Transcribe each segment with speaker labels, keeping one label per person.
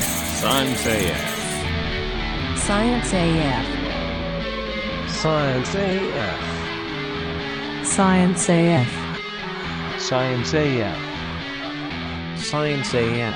Speaker 1: Science AF.
Speaker 2: Science AF.
Speaker 3: Science AF.
Speaker 2: Science AF.
Speaker 3: Science AF. Science AF.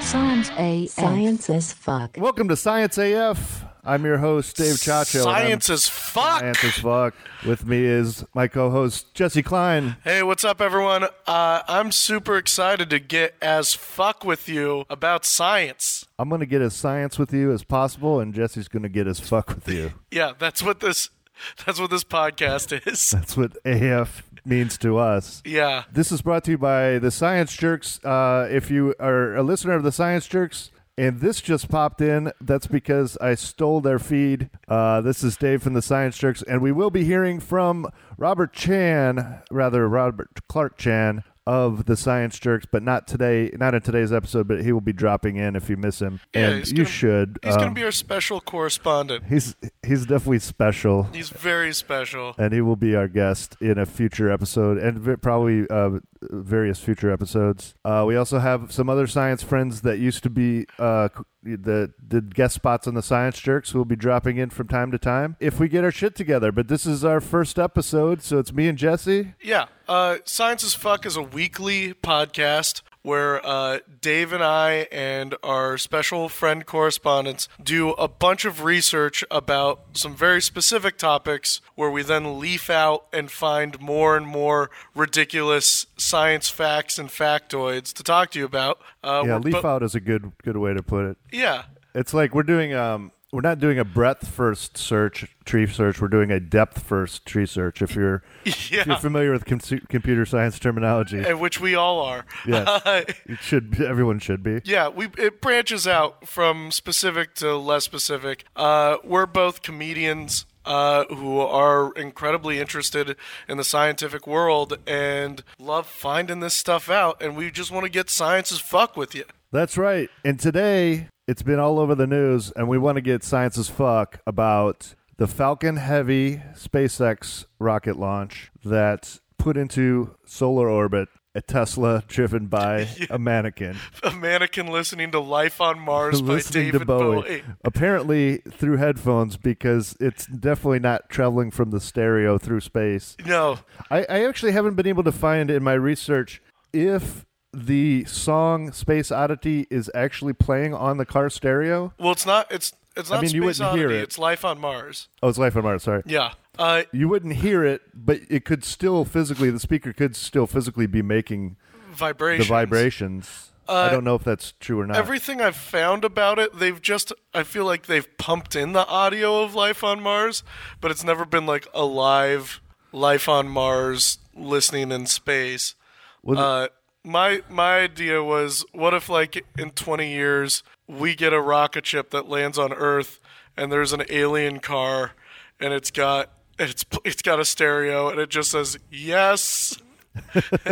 Speaker 2: Science AF. Science as fuck.
Speaker 4: Welcome to Science AF. I'm your host, Dave Chacho. and I'm
Speaker 5: Science as fuck.
Speaker 4: Science as fuck. With me is my co host, Jesse Klein.
Speaker 5: Hey, what's up, everyone? Uh, I'm super excited to get as fuck with you about science.
Speaker 4: I'm going to get as science with you as possible, and Jesse's going to get as fuck with you.
Speaker 5: Yeah, that's what this. That's what this podcast is.
Speaker 4: That's what AF means to us.
Speaker 5: Yeah.
Speaker 4: This is brought to you by the Science Jerks. Uh, if you are a listener of the Science Jerks, and this just popped in, that's because I stole their feed. Uh, this is Dave from the Science Jerks, and we will be hearing from Robert Chan, rather Robert Clark Chan of the Science Jerks, but not today, not in today's episode. But he will be dropping in if you miss him,
Speaker 5: Yeah,
Speaker 4: and
Speaker 5: he's
Speaker 4: you
Speaker 5: gonna-
Speaker 4: should.
Speaker 5: He's
Speaker 4: um,
Speaker 5: gonna be our special correspondent.
Speaker 4: he's he's definitely special.
Speaker 5: He's very special.
Speaker 4: and he will be our guest in a future episode and v- probably uh, various future episodes. Uh, we also have some other science friends that used to be uh, c- the did guest spots on the Science Jerks who will be dropping in from time to time if we get our shit together. But this is our first episode, so it's me and Jesse.
Speaker 5: Yeah. Uh, Science as Fuck is a weekly podcast where uh, Dave and I and our special friend correspondents do a bunch of research about some very specific topics where we then leaf out and find more and more ridiculous science facts and factoids to talk to you about. Uh,
Speaker 4: Yeah,
Speaker 5: we're
Speaker 4: leaf
Speaker 5: bo-
Speaker 4: out is a good good way to put it.
Speaker 5: Yeah.
Speaker 4: It's like we're doing um we're not doing a breadth first search tree search. We're doing a depth first tree search. If you're if you're
Speaker 5: Yeah.
Speaker 4: familiar with com- computer science terminology.
Speaker 5: And which we all are.
Speaker 4: Yes. It should be, everyone should be.
Speaker 5: Yeah, we it branches out from specific to less specific. Uh, we're both comedians uh, who are incredibly interested in the scientific world and love finding this stuff out, and we just want to get science as fuck with you.
Speaker 4: That's right. And today it's been all over the news and we want to get science as fuck about the Falcon Heavy SpaceX rocket launch that put into solar orbit a Tesla driven by a mannequin.
Speaker 5: A mannequin listening to Life on Mars by
Speaker 4: listening
Speaker 5: David
Speaker 4: to Bowie,
Speaker 5: Bowie.
Speaker 4: apparently through headphones because it's definitely not traveling from the stereo through space.
Speaker 5: No,
Speaker 4: I, I actually haven't been able to find in my research if the song Space Oddity is actually playing on the car stereo.
Speaker 5: well, it's not. It's it's not
Speaker 4: mean, you
Speaker 5: space
Speaker 4: wouldn't hear
Speaker 5: oddity.
Speaker 4: it.
Speaker 5: It's Life on Mars.
Speaker 4: Oh, it's Life on Mars, sorry.
Speaker 5: Yeah. Uh,
Speaker 4: You wouldn't hear it, but it could still physically, the speaker could still physically be making the
Speaker 5: vibrations. Uh,
Speaker 4: vibrations. I don't know if that's true or not.
Speaker 5: Everything I've found about it, they've just, I feel like they've pumped in the audio of Life on Mars, but it's never been like a live Life on Mars listening in space.
Speaker 4: Was it-
Speaker 5: Uh, my my idea was, what if like in 20 years we get a rocket ship that lands on Earth, and there's an alien car, and it's got it's it's got a stereo, and it just says yes,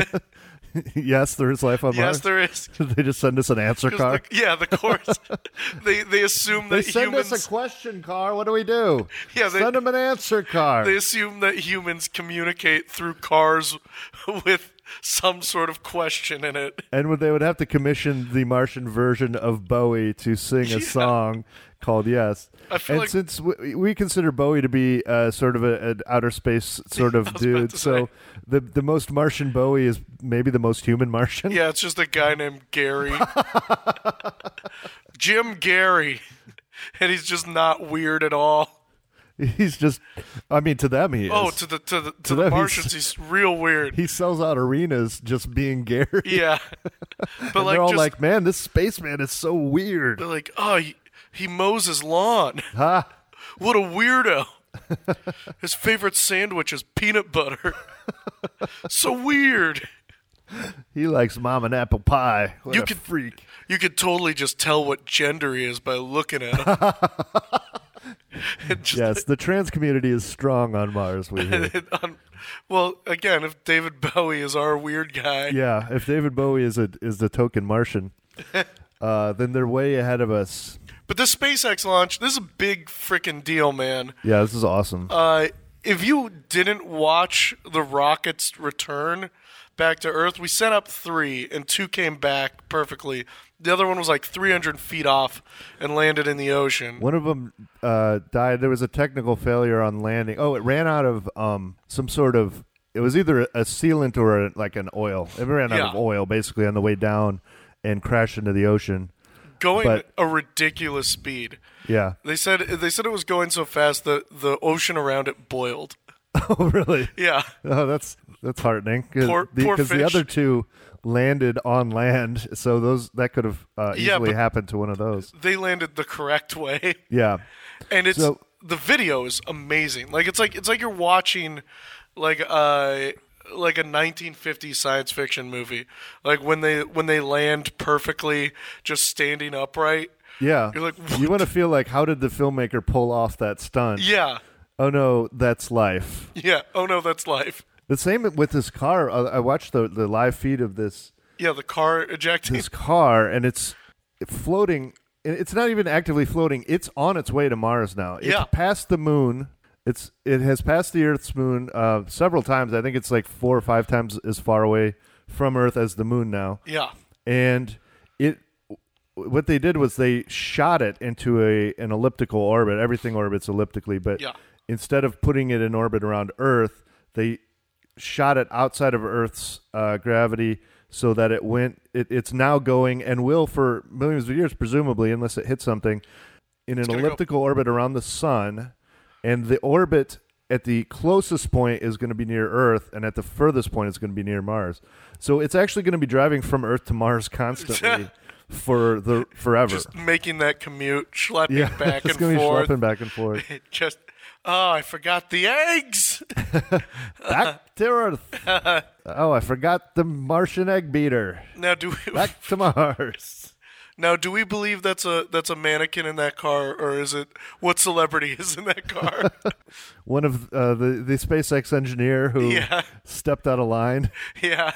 Speaker 4: yes, there is life on
Speaker 5: yes,
Speaker 4: Mars.
Speaker 5: there is.
Speaker 4: they just send us an answer
Speaker 5: 'Cause
Speaker 4: car.
Speaker 5: the- yeah, the course. they they assume
Speaker 4: They
Speaker 5: that
Speaker 4: send
Speaker 5: humans
Speaker 4: us a question car. What do we do?
Speaker 5: Yeah, they-
Speaker 4: send them an answer car.
Speaker 5: They assume that humans communicate through cars with some sort of question in it.
Speaker 4: And would- they would have to commission the Martian version of Bowie to sing a
Speaker 5: Yeah.
Speaker 4: song called Yes.
Speaker 5: I feel
Speaker 4: and
Speaker 5: like-
Speaker 4: since we, we consider Bowie to be uh, sort of a, an outer space sort of
Speaker 5: was about
Speaker 4: dude,
Speaker 5: to
Speaker 4: so
Speaker 5: say.
Speaker 4: the the most Martian Bowie is maybe the most human Martian.
Speaker 5: Yeah, it's just a guy named Gary. Jim Gary. And he's just not weird at all.
Speaker 4: He's just, I mean, to them he is.
Speaker 5: Oh, to the to the to,
Speaker 4: them,
Speaker 5: the
Speaker 4: he's-
Speaker 5: Martians, he's, real weird.
Speaker 4: he sells out arenas just being Gary.
Speaker 5: yeah, but
Speaker 4: They're
Speaker 5: like
Speaker 4: all
Speaker 5: just
Speaker 4: like, man, this spaceman is so weird.
Speaker 5: they're like, oh, he, he mows his lawn.
Speaker 4: Ha!
Speaker 5: What a weirdo. His favorite sandwich is peanut butter. so weird.
Speaker 4: He likes mom and apple pie. What
Speaker 5: You
Speaker 4: a
Speaker 5: could-
Speaker 4: freak.
Speaker 5: You could totally just tell what gender he is by looking at him. It just-
Speaker 4: Yes, the trans community is strong on Mars. We hear.
Speaker 5: it- um, well, again, if David Bowie is our weird guy,
Speaker 4: yeah, if David Bowie is a is the token Martian, uh, then they're way ahead of us.
Speaker 5: but this SpaceX launch, this is a big freaking deal, man.
Speaker 4: Yeah, this is awesome.
Speaker 5: Uh, if you didn't watch the rockets return, back to Earth. We sent up three, and two came back perfectly. The other one was like 300 feet off and landed in the ocean.
Speaker 4: One of them uh, died. There was a technical failure on landing. Oh, it ran out of um, some sort of. It was either a sealant or a, like an oil. It ran out of
Speaker 5: Yeah.
Speaker 4: oil basically on the way down and crashed into the ocean.
Speaker 5: Going
Speaker 4: but-
Speaker 5: a ridiculous speed.
Speaker 4: Yeah.
Speaker 5: They said they said it was going so fast that the ocean around it boiled.
Speaker 4: oh, really?
Speaker 5: Yeah.
Speaker 4: Oh, that's that's heartening.
Speaker 5: Poor-
Speaker 4: the,
Speaker 5: poor
Speaker 4: the
Speaker 5: fish.
Speaker 4: other two landed on land, so those that could have uh,
Speaker 5: Yeah,
Speaker 4: easily
Speaker 5: but-
Speaker 4: happened to one of those.
Speaker 5: They landed the correct way.
Speaker 4: Yeah.
Speaker 5: and it's
Speaker 4: So-
Speaker 5: the video is amazing. Like it's like it's like you're watching like uh like a 1950s science fiction movie. Like when they when they land perfectly just standing upright.
Speaker 4: Yeah.
Speaker 5: You're like,
Speaker 4: you
Speaker 5: "What?"
Speaker 4: want to feel like how did the filmmaker pull off that stunt?
Speaker 5: Yeah.
Speaker 4: Oh no, that's life.
Speaker 5: Yeah. Oh no, that's life.
Speaker 4: The same with this car. I I watched the the live feed of this
Speaker 5: Yeah, the car ejecting.
Speaker 4: this car, and it's floating. and It's not even actively floating. It's on its way to Mars now. It's
Speaker 5: Yeah.
Speaker 4: past the moon. It's it has passed the Earth's moon uh, several times. I think it's like four or five times as far away from Earth as the moon now.
Speaker 5: Yeah.
Speaker 4: And it what they did was they shot it into a an elliptical orbit. Everything orbits elliptically, but
Speaker 5: Yeah.
Speaker 4: instead of putting it in orbit around Earth, they shot it outside of Earth's uh, gravity so that it went. It, it's now going and will for millions of years, presumably, unless it hits something, in an
Speaker 5: gonna go-
Speaker 4: elliptical orbit around the sun, and the orbit. At the closest point is going to be near Earth, and at the furthest point is going to be near Mars. So it's actually going to be driving from Earth to Mars constantly for the forever.
Speaker 5: Just making that commute, schlepping
Speaker 4: yeah,
Speaker 5: back
Speaker 4: it's
Speaker 5: and
Speaker 4: going to be
Speaker 5: forth.
Speaker 4: schlepping back and forth.
Speaker 5: Just oh, I forgot the eggs.
Speaker 4: Back to Earth. oh, I forgot the Martian egg beater.
Speaker 5: Now do we
Speaker 4: Back to Mars.
Speaker 5: now do we believe that's a that's a mannequin in that car or is it what celebrity is in that car?
Speaker 4: One of uh, the the SpaceX engineer who
Speaker 5: Yeah.
Speaker 4: stepped out of line.
Speaker 5: Yeah.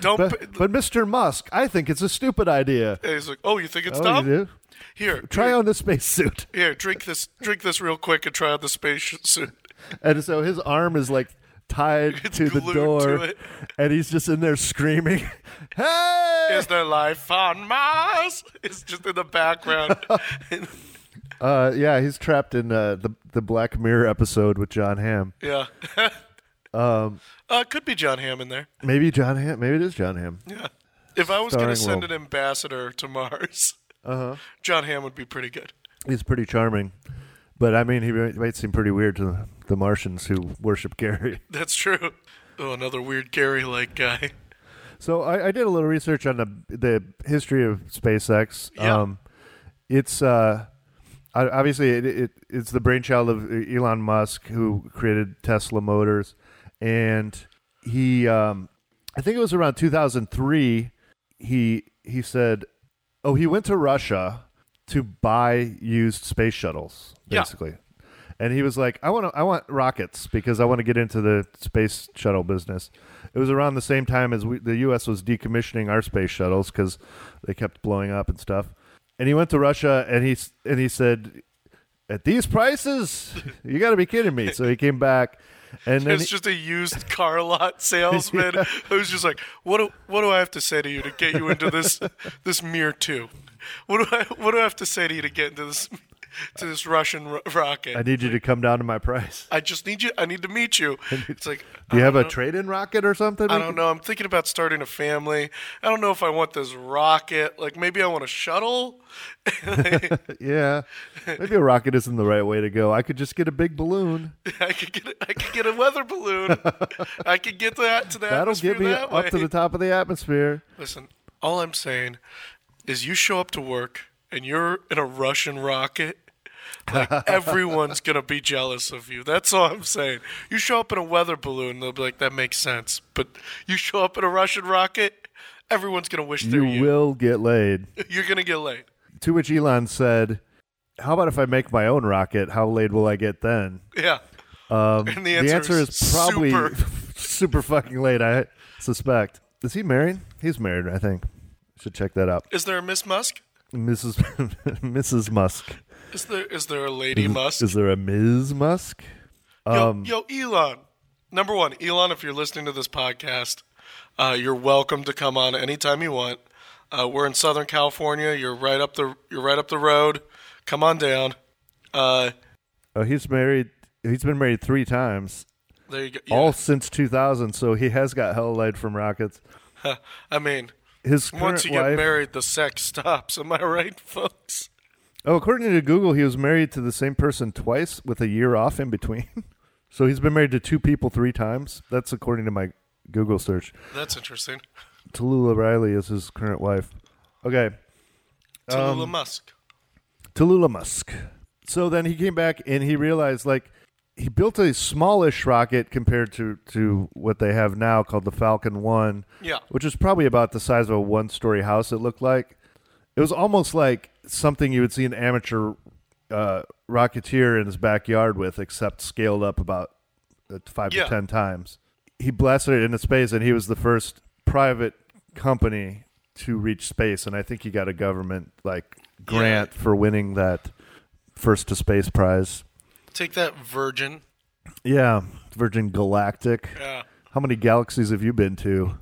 Speaker 5: Don't.
Speaker 4: But,
Speaker 5: p-
Speaker 4: but Mr. Musk, I think it's a stupid idea.
Speaker 5: And he's like, "Oh, you think it's
Speaker 4: Oh,
Speaker 5: dumb?
Speaker 4: you do?
Speaker 5: Here,
Speaker 4: Try
Speaker 5: here,
Speaker 4: on the spacesuit.
Speaker 5: here, drink this, drink this real quick, and try out the space sh- suit."
Speaker 4: And so his arm is like tied
Speaker 5: It's
Speaker 4: to the
Speaker 5: glued
Speaker 4: door,
Speaker 5: to it.
Speaker 4: and he's just in there screaming, "Hey!"
Speaker 5: Is there life on Mars? It's just in the background.
Speaker 4: Uh, yeah, he's trapped in uh, the the Black Mirror episode with John Hamm.
Speaker 5: yeah. um.
Speaker 4: Um,
Speaker 5: Uh, it could be John Hamm in there.
Speaker 4: Maybe John Hamm. Maybe it is John Hamm.
Speaker 5: Yeah. If I was going to
Speaker 4: Starring
Speaker 5: send
Speaker 4: Will.
Speaker 5: an ambassador to Mars, uh-huh. John Hamm would be pretty good.
Speaker 4: He's pretty charming, but I mean, he might might seem pretty weird to the, the Martians who worship Gary.
Speaker 5: That's true. Oh, another weird Gary-like guy.
Speaker 4: So I, I did a little research on the the history of SpaceX. Um,
Speaker 5: Yeah.
Speaker 4: it's uh, I- obviously it, it it's the brainchild of E, Elon Musk who created Tesla Motors, and he um, I think it was around 2003 he he said, oh he went to Russia to buy used space shuttles
Speaker 5: Yeah.
Speaker 4: basically. And he was like, "I want to, I want rockets because I want to get into the space shuttle business." It was around the same time as we, the U.S. was decommissioning our space shuttles because they kept blowing up and stuff. And he went to Russia and he s- and he said, "At these prices, you got to be kidding me!" So he came back, and then
Speaker 5: It's
Speaker 4: he-
Speaker 5: just a used car lot salesman who's just like, what do, what do I have to say to you to get you into this this Mir two? What do I what do I have to say to you to get into this to this Russian ro- rocket?
Speaker 4: I
Speaker 5: I,
Speaker 4: need you to come down to my price.
Speaker 5: just need you. I need to meet you. It's like
Speaker 4: Do you
Speaker 5: I
Speaker 4: have a
Speaker 5: don't know-
Speaker 4: trade-in rocket or something?
Speaker 5: I
Speaker 4: we
Speaker 5: don't
Speaker 4: can-
Speaker 5: know. I'm thinking about starting a family. I don't know if I want this rocket. Like maybe I want a shuttle.
Speaker 4: Yeah, maybe a rocket isn't the right way to go. I could just get a big balloon.
Speaker 5: I could get I could get a weather balloon. I could get that to that.
Speaker 4: That'll get me
Speaker 5: that
Speaker 4: up to
Speaker 5: way.
Speaker 4: the top of the atmosphere.
Speaker 5: Listen, all I'm saying is you show up to work and you're in a Russian rocket. Like everyone's gonna be jealous of you. That's all I'm saying. You show up in a weather balloon, they'll be like, "That makes sense." But you show up in a Russian rocket, everyone's gonna wish they
Speaker 4: you
Speaker 5: were you.
Speaker 4: will get laid.
Speaker 5: You're gonna get laid.
Speaker 4: To which Elon said, "How about if I make my own rocket? How laid will I get then?"
Speaker 5: Yeah.
Speaker 4: Um,
Speaker 5: And the answer
Speaker 4: is,
Speaker 5: is
Speaker 4: probably
Speaker 5: super.
Speaker 4: super fucking late. I suspect. Is he married? He's married, I think. Should check that out.
Speaker 5: Is there a Miss Musk?
Speaker 4: Mrs. Mrs. Musk.
Speaker 5: Is there is there a Lady Musk?
Speaker 4: Is there a Ms. Musk? Um,
Speaker 5: yo, yo, Elon. Number one, Elon, if you're listening to this podcast, Uh, you're welcome to come on anytime you want. Uh, we're in Southern California. You're right up the you're right up the road. Come on down. Uh,
Speaker 4: Uh, he's married. He's been married three times,
Speaker 5: there you go.
Speaker 4: all since 2000. So he has got hell light from rockets.
Speaker 5: Yeah. I mean,
Speaker 4: His current
Speaker 5: once you get
Speaker 4: wife-
Speaker 5: married, the sex stops. Am I right, folks?
Speaker 4: Oh, according to Google, he was married to the same person twice with a year off in between. so he's been married to two people three times. That's according to my Google search.
Speaker 5: That's interesting.
Speaker 4: Tallulah Riley is his current wife. Okay.
Speaker 5: Tallulah
Speaker 4: Um,
Speaker 5: Musk.
Speaker 4: Tallulah Musk. So then he came back and he realized like he built a smallish rocket compared to to what they have now called the Falcon 1.
Speaker 5: Yeah.
Speaker 4: Which is probably about the size of a one-story house it looked like. It was almost like something you would see an amateur uh, rocketeer in his backyard with except scaled up about uh, 5
Speaker 5: Yeah.
Speaker 4: to 10 times. He blasted it into space and he was the first private company to reach space and I think he got a government like grant for winning that first to space prize.
Speaker 5: Take that, Virgin.
Speaker 4: Yeah, Virgin Galactic.
Speaker 5: Yeah.
Speaker 4: How many galaxies have you been to?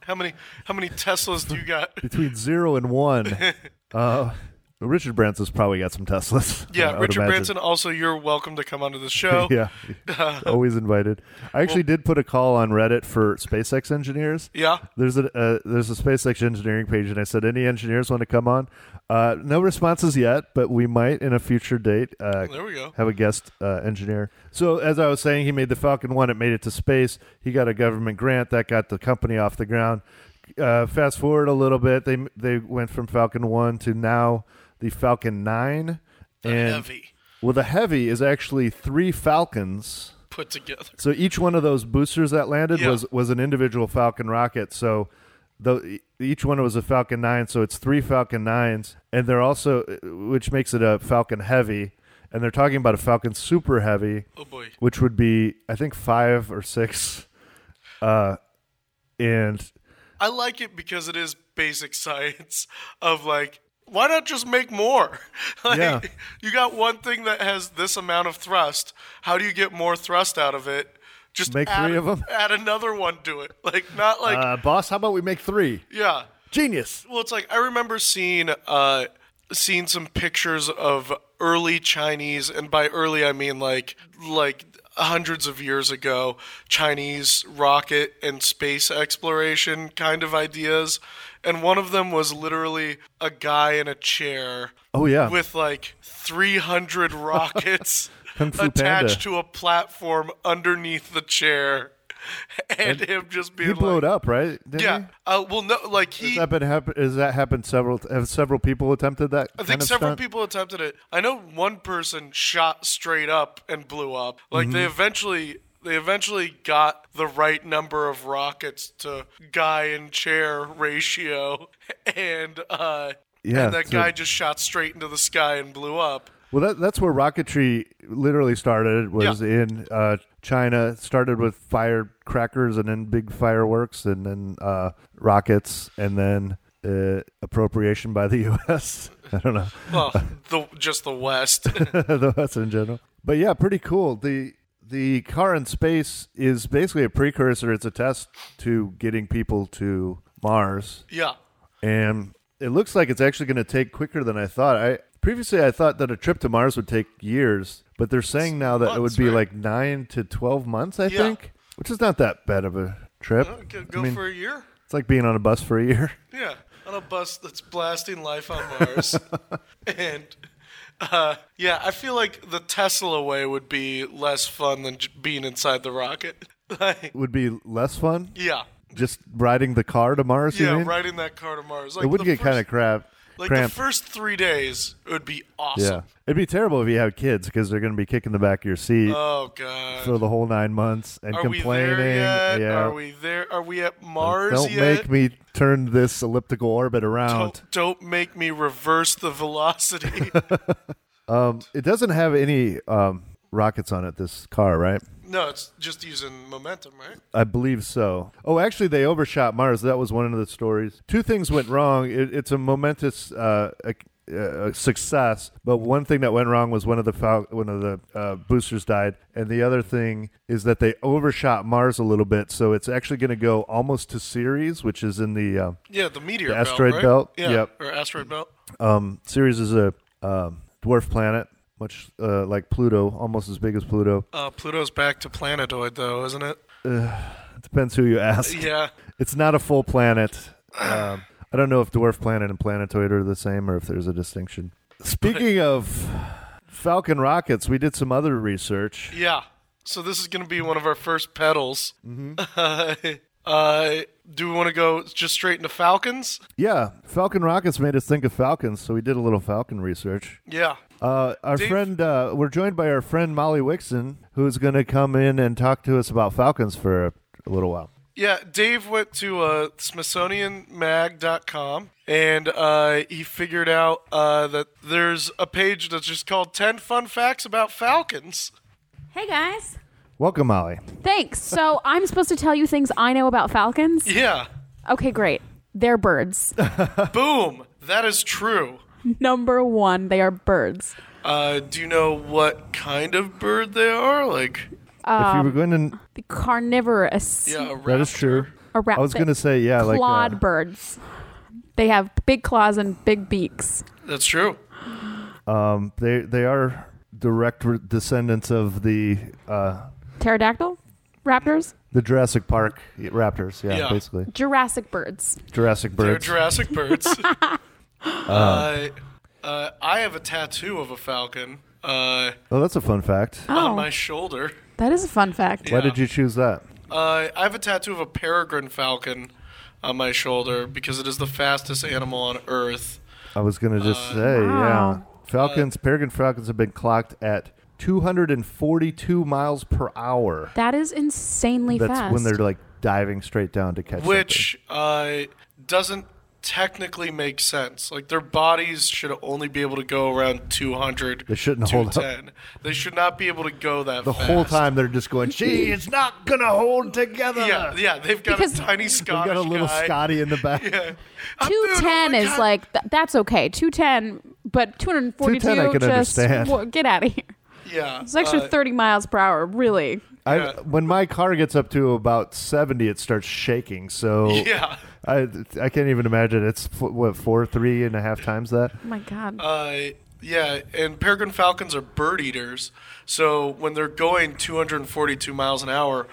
Speaker 5: How many how many Teslas do you got?
Speaker 4: Between zero and one. Uh, Richard Branson's probably got some Teslas. I
Speaker 5: Yeah,
Speaker 4: would
Speaker 5: Richard
Speaker 4: imagine.
Speaker 5: Branson. Also, you're welcome to come onto the show.
Speaker 4: yeah, always invited. I actually did put a call on Reddit for SpaceX engineers.
Speaker 5: Yeah.
Speaker 4: There's a uh, there's a SpaceX engineering page, and I said, any engineers want to come on? Uh, no responses yet, but we might in a future date. Uh,
Speaker 5: There we go.
Speaker 4: Have a guest uh, engineer. So as I was saying, he made the Falcon One. It made it to space. He got a government grant that got the company off the ground. Uh, fast forward a little bit, they they went from Falcon One to now the Falcon Nine. and
Speaker 5: heavy.
Speaker 4: well, the heavy is actually three Falcons.
Speaker 5: Put together.
Speaker 4: So each one of those boosters that landed
Speaker 5: Yeah.
Speaker 4: was was an individual Falcon rocket. So the, each one was a Falcon 9, so it's three Falcon 9s and they're also uh, which makes it a Falcon Heavy and they're talking about a Falcon Super Heavy
Speaker 5: Oh boy.
Speaker 4: which would be I think 5 or 6 uh and
Speaker 5: I like it because it is basic science of like, why not just make more? like,
Speaker 4: Yeah.
Speaker 5: You got one thing that has this amount of thrust. How do you get more thrust out of it? Just
Speaker 4: Make
Speaker 5: add-
Speaker 4: three of 'em?
Speaker 5: Add another one to it. Like not like
Speaker 4: uh boss, how about we make 3?
Speaker 5: yeah.
Speaker 4: Genius.
Speaker 5: Well, it's like I remember seeing uh, seeing some pictures of early Chinese, and by early I mean like like hundreds of years ago, Chinese rocket and space exploration kind of ideas, and one of them was literally a guy in a chair
Speaker 4: Oh yeah.
Speaker 5: with like 300 rockets
Speaker 4: Kung Fu
Speaker 5: attached
Speaker 4: Panda.
Speaker 5: to a platform underneath the chair, and, him just being
Speaker 4: he blew
Speaker 5: like,
Speaker 4: it up, right? Didn't
Speaker 5: Yeah.
Speaker 4: he?
Speaker 5: Uh, well, no, like he.
Speaker 4: Has that been happen- has that happened several have several people attempted that?
Speaker 5: I think several people attempted it. I know one person shot straight up and blew up. Like
Speaker 4: Mm-hmm.
Speaker 5: they eventually they eventually got the right number of rockets to guy in chair ratio and uh
Speaker 4: Yeah,
Speaker 5: and that
Speaker 4: so-
Speaker 5: guy just shot straight into the sky and blew up.
Speaker 4: Well, that, that's where rocketry literally started. Was in uh, China. It Started with firecrackers and then big fireworks and then uh, rockets and then uh, appropriation by the U.S. I don't know
Speaker 5: Well, the just the West.
Speaker 4: the West in general. But yeah, pretty cool. The the car in space is basically a precursor. It's a test to getting people to Mars.
Speaker 5: yeah.
Speaker 4: and it looks like it's actually going to take quicker than I thought. I previously I thought that a trip to Mars would take years, but they're saying now that it would
Speaker 5: months,
Speaker 4: be
Speaker 5: right?
Speaker 4: like nine to twelve months. I
Speaker 5: Yeah.
Speaker 4: think, which is not that bad of a trip.
Speaker 5: Could
Speaker 4: I
Speaker 5: Oh, go
Speaker 4: mean,
Speaker 5: for a year?
Speaker 4: it's like being on a bus for a year.
Speaker 5: Yeah, on a bus that's blasting life on Mars. and uh, yeah, I feel like the Tesla way would be less fun than j- being inside the rocket. like,
Speaker 4: It would be less fun
Speaker 5: yeah,
Speaker 4: just riding the car to Mars. you
Speaker 5: yeah,
Speaker 4: mean?
Speaker 5: riding that car to Mars. Like
Speaker 4: It would
Speaker 5: the
Speaker 4: get
Speaker 5: first-
Speaker 4: kind of crap.
Speaker 5: Like
Speaker 4: cramped.
Speaker 5: the first three days, it would be
Speaker 4: yeah,
Speaker 5: awesome.
Speaker 4: it'd be terrible if you had kids because they're going to be kicking the back of your seat
Speaker 5: Oh god.
Speaker 4: for the whole nine months and
Speaker 5: Are we
Speaker 4: complaining.
Speaker 5: there yet?
Speaker 4: Yeah.
Speaker 5: Are we there? Are we at Mars
Speaker 4: Don't
Speaker 5: yet?
Speaker 4: make me turn this elliptical orbit around.
Speaker 5: don't, don't make me reverse the velocity.
Speaker 4: It doesn't have any um, rockets on it. This car, right?
Speaker 5: no, it's just using momentum, right?
Speaker 4: I believe so. Oh, actually, they overshot Mars. That was one of the stories. Two things went wrong. It, it's a momentous uh, ac- uh, a success. But one thing that went wrong was one of the fal- one of the uh, boosters died, and the other thing is that they overshot Mars a little bit, so it's actually going to go almost to Ceres, which is in the uh,
Speaker 5: Yeah, the meteor
Speaker 4: The
Speaker 5: belt,
Speaker 4: asteroid
Speaker 5: right?
Speaker 4: belt,
Speaker 5: Yeah,
Speaker 4: yep.
Speaker 5: or asteroid belt.
Speaker 4: um, Ceres is a um, dwarf planet, much uh, like Pluto, almost as big as Pluto.
Speaker 5: Uh, Pluto's back to planetoid though, isn't it?
Speaker 4: It depends who you ask.
Speaker 5: Yeah.
Speaker 4: It's not a full planet. Um, I don't know if dwarf planet and planetoid are the same or if there's a distinction. Speaking of Falcon rockets, we did some other research.
Speaker 5: Yeah. So this is going to be one of our first pedals.
Speaker 4: Mm-hmm.
Speaker 5: uh, do we want to go just straight into Falcons?
Speaker 4: Yeah, Falcon rockets made us think of falcons, so we did a little falcon research.
Speaker 5: Yeah.
Speaker 4: Uh, our
Speaker 5: Dave-
Speaker 4: friend, uh, we're joined by our friend Molly Wixon, who is going to come in and talk to us about falcons for a, a little while.
Speaker 5: Yeah, Dave went to uh, SmithsonianMag.com and uh, he figured out uh, that there's a page that's just called 10 Fun Facts About Falcons.
Speaker 1: Hey guys.
Speaker 4: Welcome, Molly.
Speaker 1: Thanks. So I'm supposed to tell you things I know about falcons?
Speaker 5: Yeah.
Speaker 1: Okay, great. They're birds.
Speaker 5: Boom. That is true.
Speaker 1: Number one, they are birds.
Speaker 5: Uh, do you know what kind of bird they are? Like,
Speaker 4: if you were going to,
Speaker 1: The carnivorous.
Speaker 5: yeah, a
Speaker 4: that is
Speaker 5: raptor.
Speaker 4: true.
Speaker 1: A rap-
Speaker 4: I was going to say, yeah, like
Speaker 1: clawed
Speaker 4: uh,
Speaker 1: birds. They have big claws and big beaks.
Speaker 5: That's true.
Speaker 4: They they are direct re- descendants of the uh,
Speaker 1: Pterodactyl? Raptors?
Speaker 4: the Jurassic Park raptors. Yeah,
Speaker 5: Yeah.
Speaker 4: basically
Speaker 1: Jurassic birds.
Speaker 4: Jurassic
Speaker 5: They're
Speaker 4: birds.
Speaker 5: Jurassic birds. uh, uh, I have a tattoo of a falcon uh,
Speaker 4: oh, that's a fun fact.
Speaker 1: Oh,
Speaker 5: on my shoulder.
Speaker 1: that is a fun fact.
Speaker 4: Why
Speaker 5: yeah.
Speaker 4: did you choose that?
Speaker 5: Uh, I have a tattoo of a peregrine falcon on my shoulder because it is the fastest animal on Earth.
Speaker 4: I was gonna just
Speaker 5: Uh,
Speaker 4: say,
Speaker 1: Wow.
Speaker 4: yeah, Falcons, peregrine falcons have been clocked at 242 miles per hour.
Speaker 1: That is insanely
Speaker 4: That's
Speaker 1: fast.
Speaker 4: when they're like diving straight down to catch
Speaker 5: which uh, doesn't technically make sense. Like their bodies should only be able to go around 200.
Speaker 4: They shouldn't hold up.
Speaker 5: 210. They should not be able to go that
Speaker 4: something. the
Speaker 5: fast.
Speaker 4: whole time they're just going. Gee, it's not gonna hold together.
Speaker 5: Yeah, yeah, they've got
Speaker 1: Because-
Speaker 5: a tiny
Speaker 4: We've
Speaker 5: Scottish
Speaker 4: got a little
Speaker 5: guy.
Speaker 4: Scotty in the back.
Speaker 5: I'm doing- oh my
Speaker 1: 210 is
Speaker 5: God.
Speaker 1: like, th- that's okay. 210, but 242,
Speaker 4: 210 I can
Speaker 1: just
Speaker 4: understand.
Speaker 1: wo- get out of here.
Speaker 5: yeah.
Speaker 1: It's an extra
Speaker 5: uh,
Speaker 1: 30 miles per hour, really.
Speaker 4: I,
Speaker 5: Yeah.
Speaker 4: When my car gets up to about seventy, it starts shaking. So
Speaker 5: Yeah.
Speaker 4: I I can't even imagine. It's f- what four, three and a half times that.
Speaker 1: Oh my God.
Speaker 5: Uh, yeah, and peregrine falcons are bird eaters. So when they're going 242 miles an hour,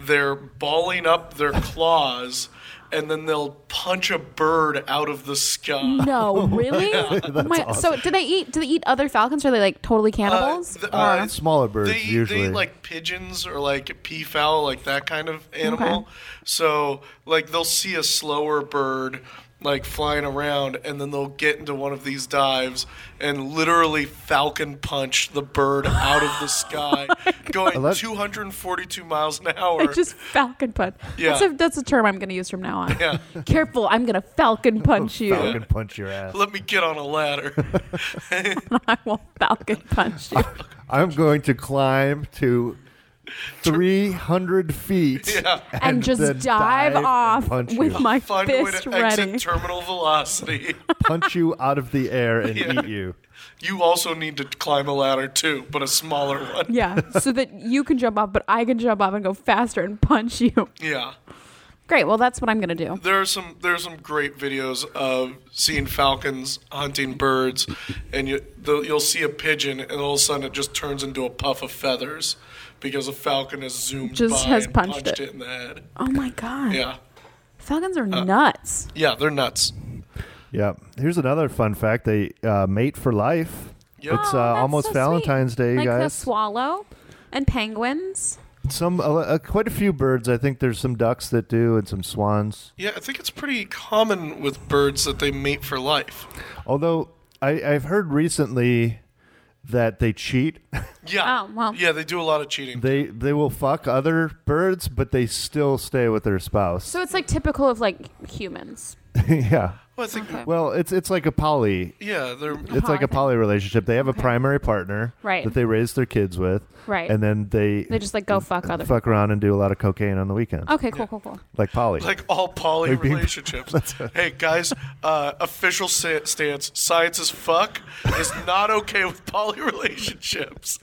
Speaker 5: they're balling up their claws, and then they'll punch a bird out of the sky.
Speaker 1: no, really? My- So, do they eat? Do they eat other falcons? Or are they like totally cannibals?
Speaker 5: th-
Speaker 1: Or-
Speaker 5: uh,
Speaker 4: Smaller birds
Speaker 5: They,
Speaker 4: usually.
Speaker 5: they eat like pigeons or like peafowl, like that kind of animal.
Speaker 1: Okay.
Speaker 5: So like they'll see a slower bird like flying around, and then they'll get into one of these dives and literally falcon punch the bird out of the sky, going
Speaker 4: love-
Speaker 5: 242 miles an hour.
Speaker 1: I just falcon punch.
Speaker 5: Yeah.
Speaker 1: That's a that's a term I'm gonna use from now on.
Speaker 5: Yeah.
Speaker 1: Careful, I'm gonna falcon punch you.
Speaker 4: I can punch your ass.
Speaker 5: Let me get on a ladder.
Speaker 1: I won't falcon punch you.
Speaker 4: I'm going to climb to 300 feet
Speaker 5: Yeah.
Speaker 1: And just
Speaker 4: then
Speaker 1: dive
Speaker 4: and
Speaker 1: off
Speaker 4: punch
Speaker 1: with
Speaker 4: you.
Speaker 1: my
Speaker 5: Find a way
Speaker 1: fist
Speaker 5: to
Speaker 1: ready.
Speaker 5: exit terminal velocity.
Speaker 4: punch you out of the air and
Speaker 5: Yeah.
Speaker 4: eat you.
Speaker 5: You also need to climb a ladder too, but a smaller one.
Speaker 1: yeah, so that you can jump off, but I can jump off and go faster and punch you.
Speaker 5: Yeah.
Speaker 1: Great. Well, that's what I'm gonna do.
Speaker 5: there are some there are some great videos of seeing falcons hunting birds, and you they'll- you'll see a pigeon, and all of a sudden it just turns into a puff of feathers because a falcon has zoomed
Speaker 1: Just
Speaker 5: by
Speaker 1: has
Speaker 5: and
Speaker 1: punched
Speaker 5: punched
Speaker 1: it.
Speaker 5: in the head.
Speaker 1: Oh my God.
Speaker 5: Yeah, Uh,
Speaker 1: Falcons are nuts.
Speaker 5: yeah, they're nuts.
Speaker 4: Yeah. Here's another fun fact they uh, mate for life.
Speaker 5: Yep.
Speaker 4: It's
Speaker 1: Oh,
Speaker 4: uh,
Speaker 1: that's
Speaker 4: almost
Speaker 1: so sweet.
Speaker 4: Valentine's Day, you
Speaker 1: like the
Speaker 4: guys.
Speaker 1: swallow and penguins.
Speaker 4: some uh, uh, quite a few birds. I think there's some ducks that do and some swans.
Speaker 5: Yeah, I think it's pretty common with birds that they mate for life.
Speaker 4: Although I, I've heard recently that they cheat.
Speaker 5: Yeah.
Speaker 1: Oh, well.
Speaker 5: Yeah, they do a lot of cheating.
Speaker 4: they they will fuck other birds, but they still stay with their spouse.
Speaker 1: So it's like typical of like humans.
Speaker 4: yeah.
Speaker 5: Well, I think,
Speaker 4: Well, it's it's like a poly.
Speaker 5: yeah, they're
Speaker 4: It's like a poly relationship. They have a primary partner
Speaker 1: Uh-huh. Right.
Speaker 4: that they raise their kids with,
Speaker 1: Right.
Speaker 4: And then they
Speaker 1: They just like go fuck other.
Speaker 4: Mm, uh, fuck around and do a lot of cocaine on the weekends,
Speaker 1: Okay, cool, cool, cool.
Speaker 4: like poly.
Speaker 5: like all poly
Speaker 4: Like being-
Speaker 5: relationships. hey guys, uh, official sa- stance: science is fuck is not okay with poly relationships.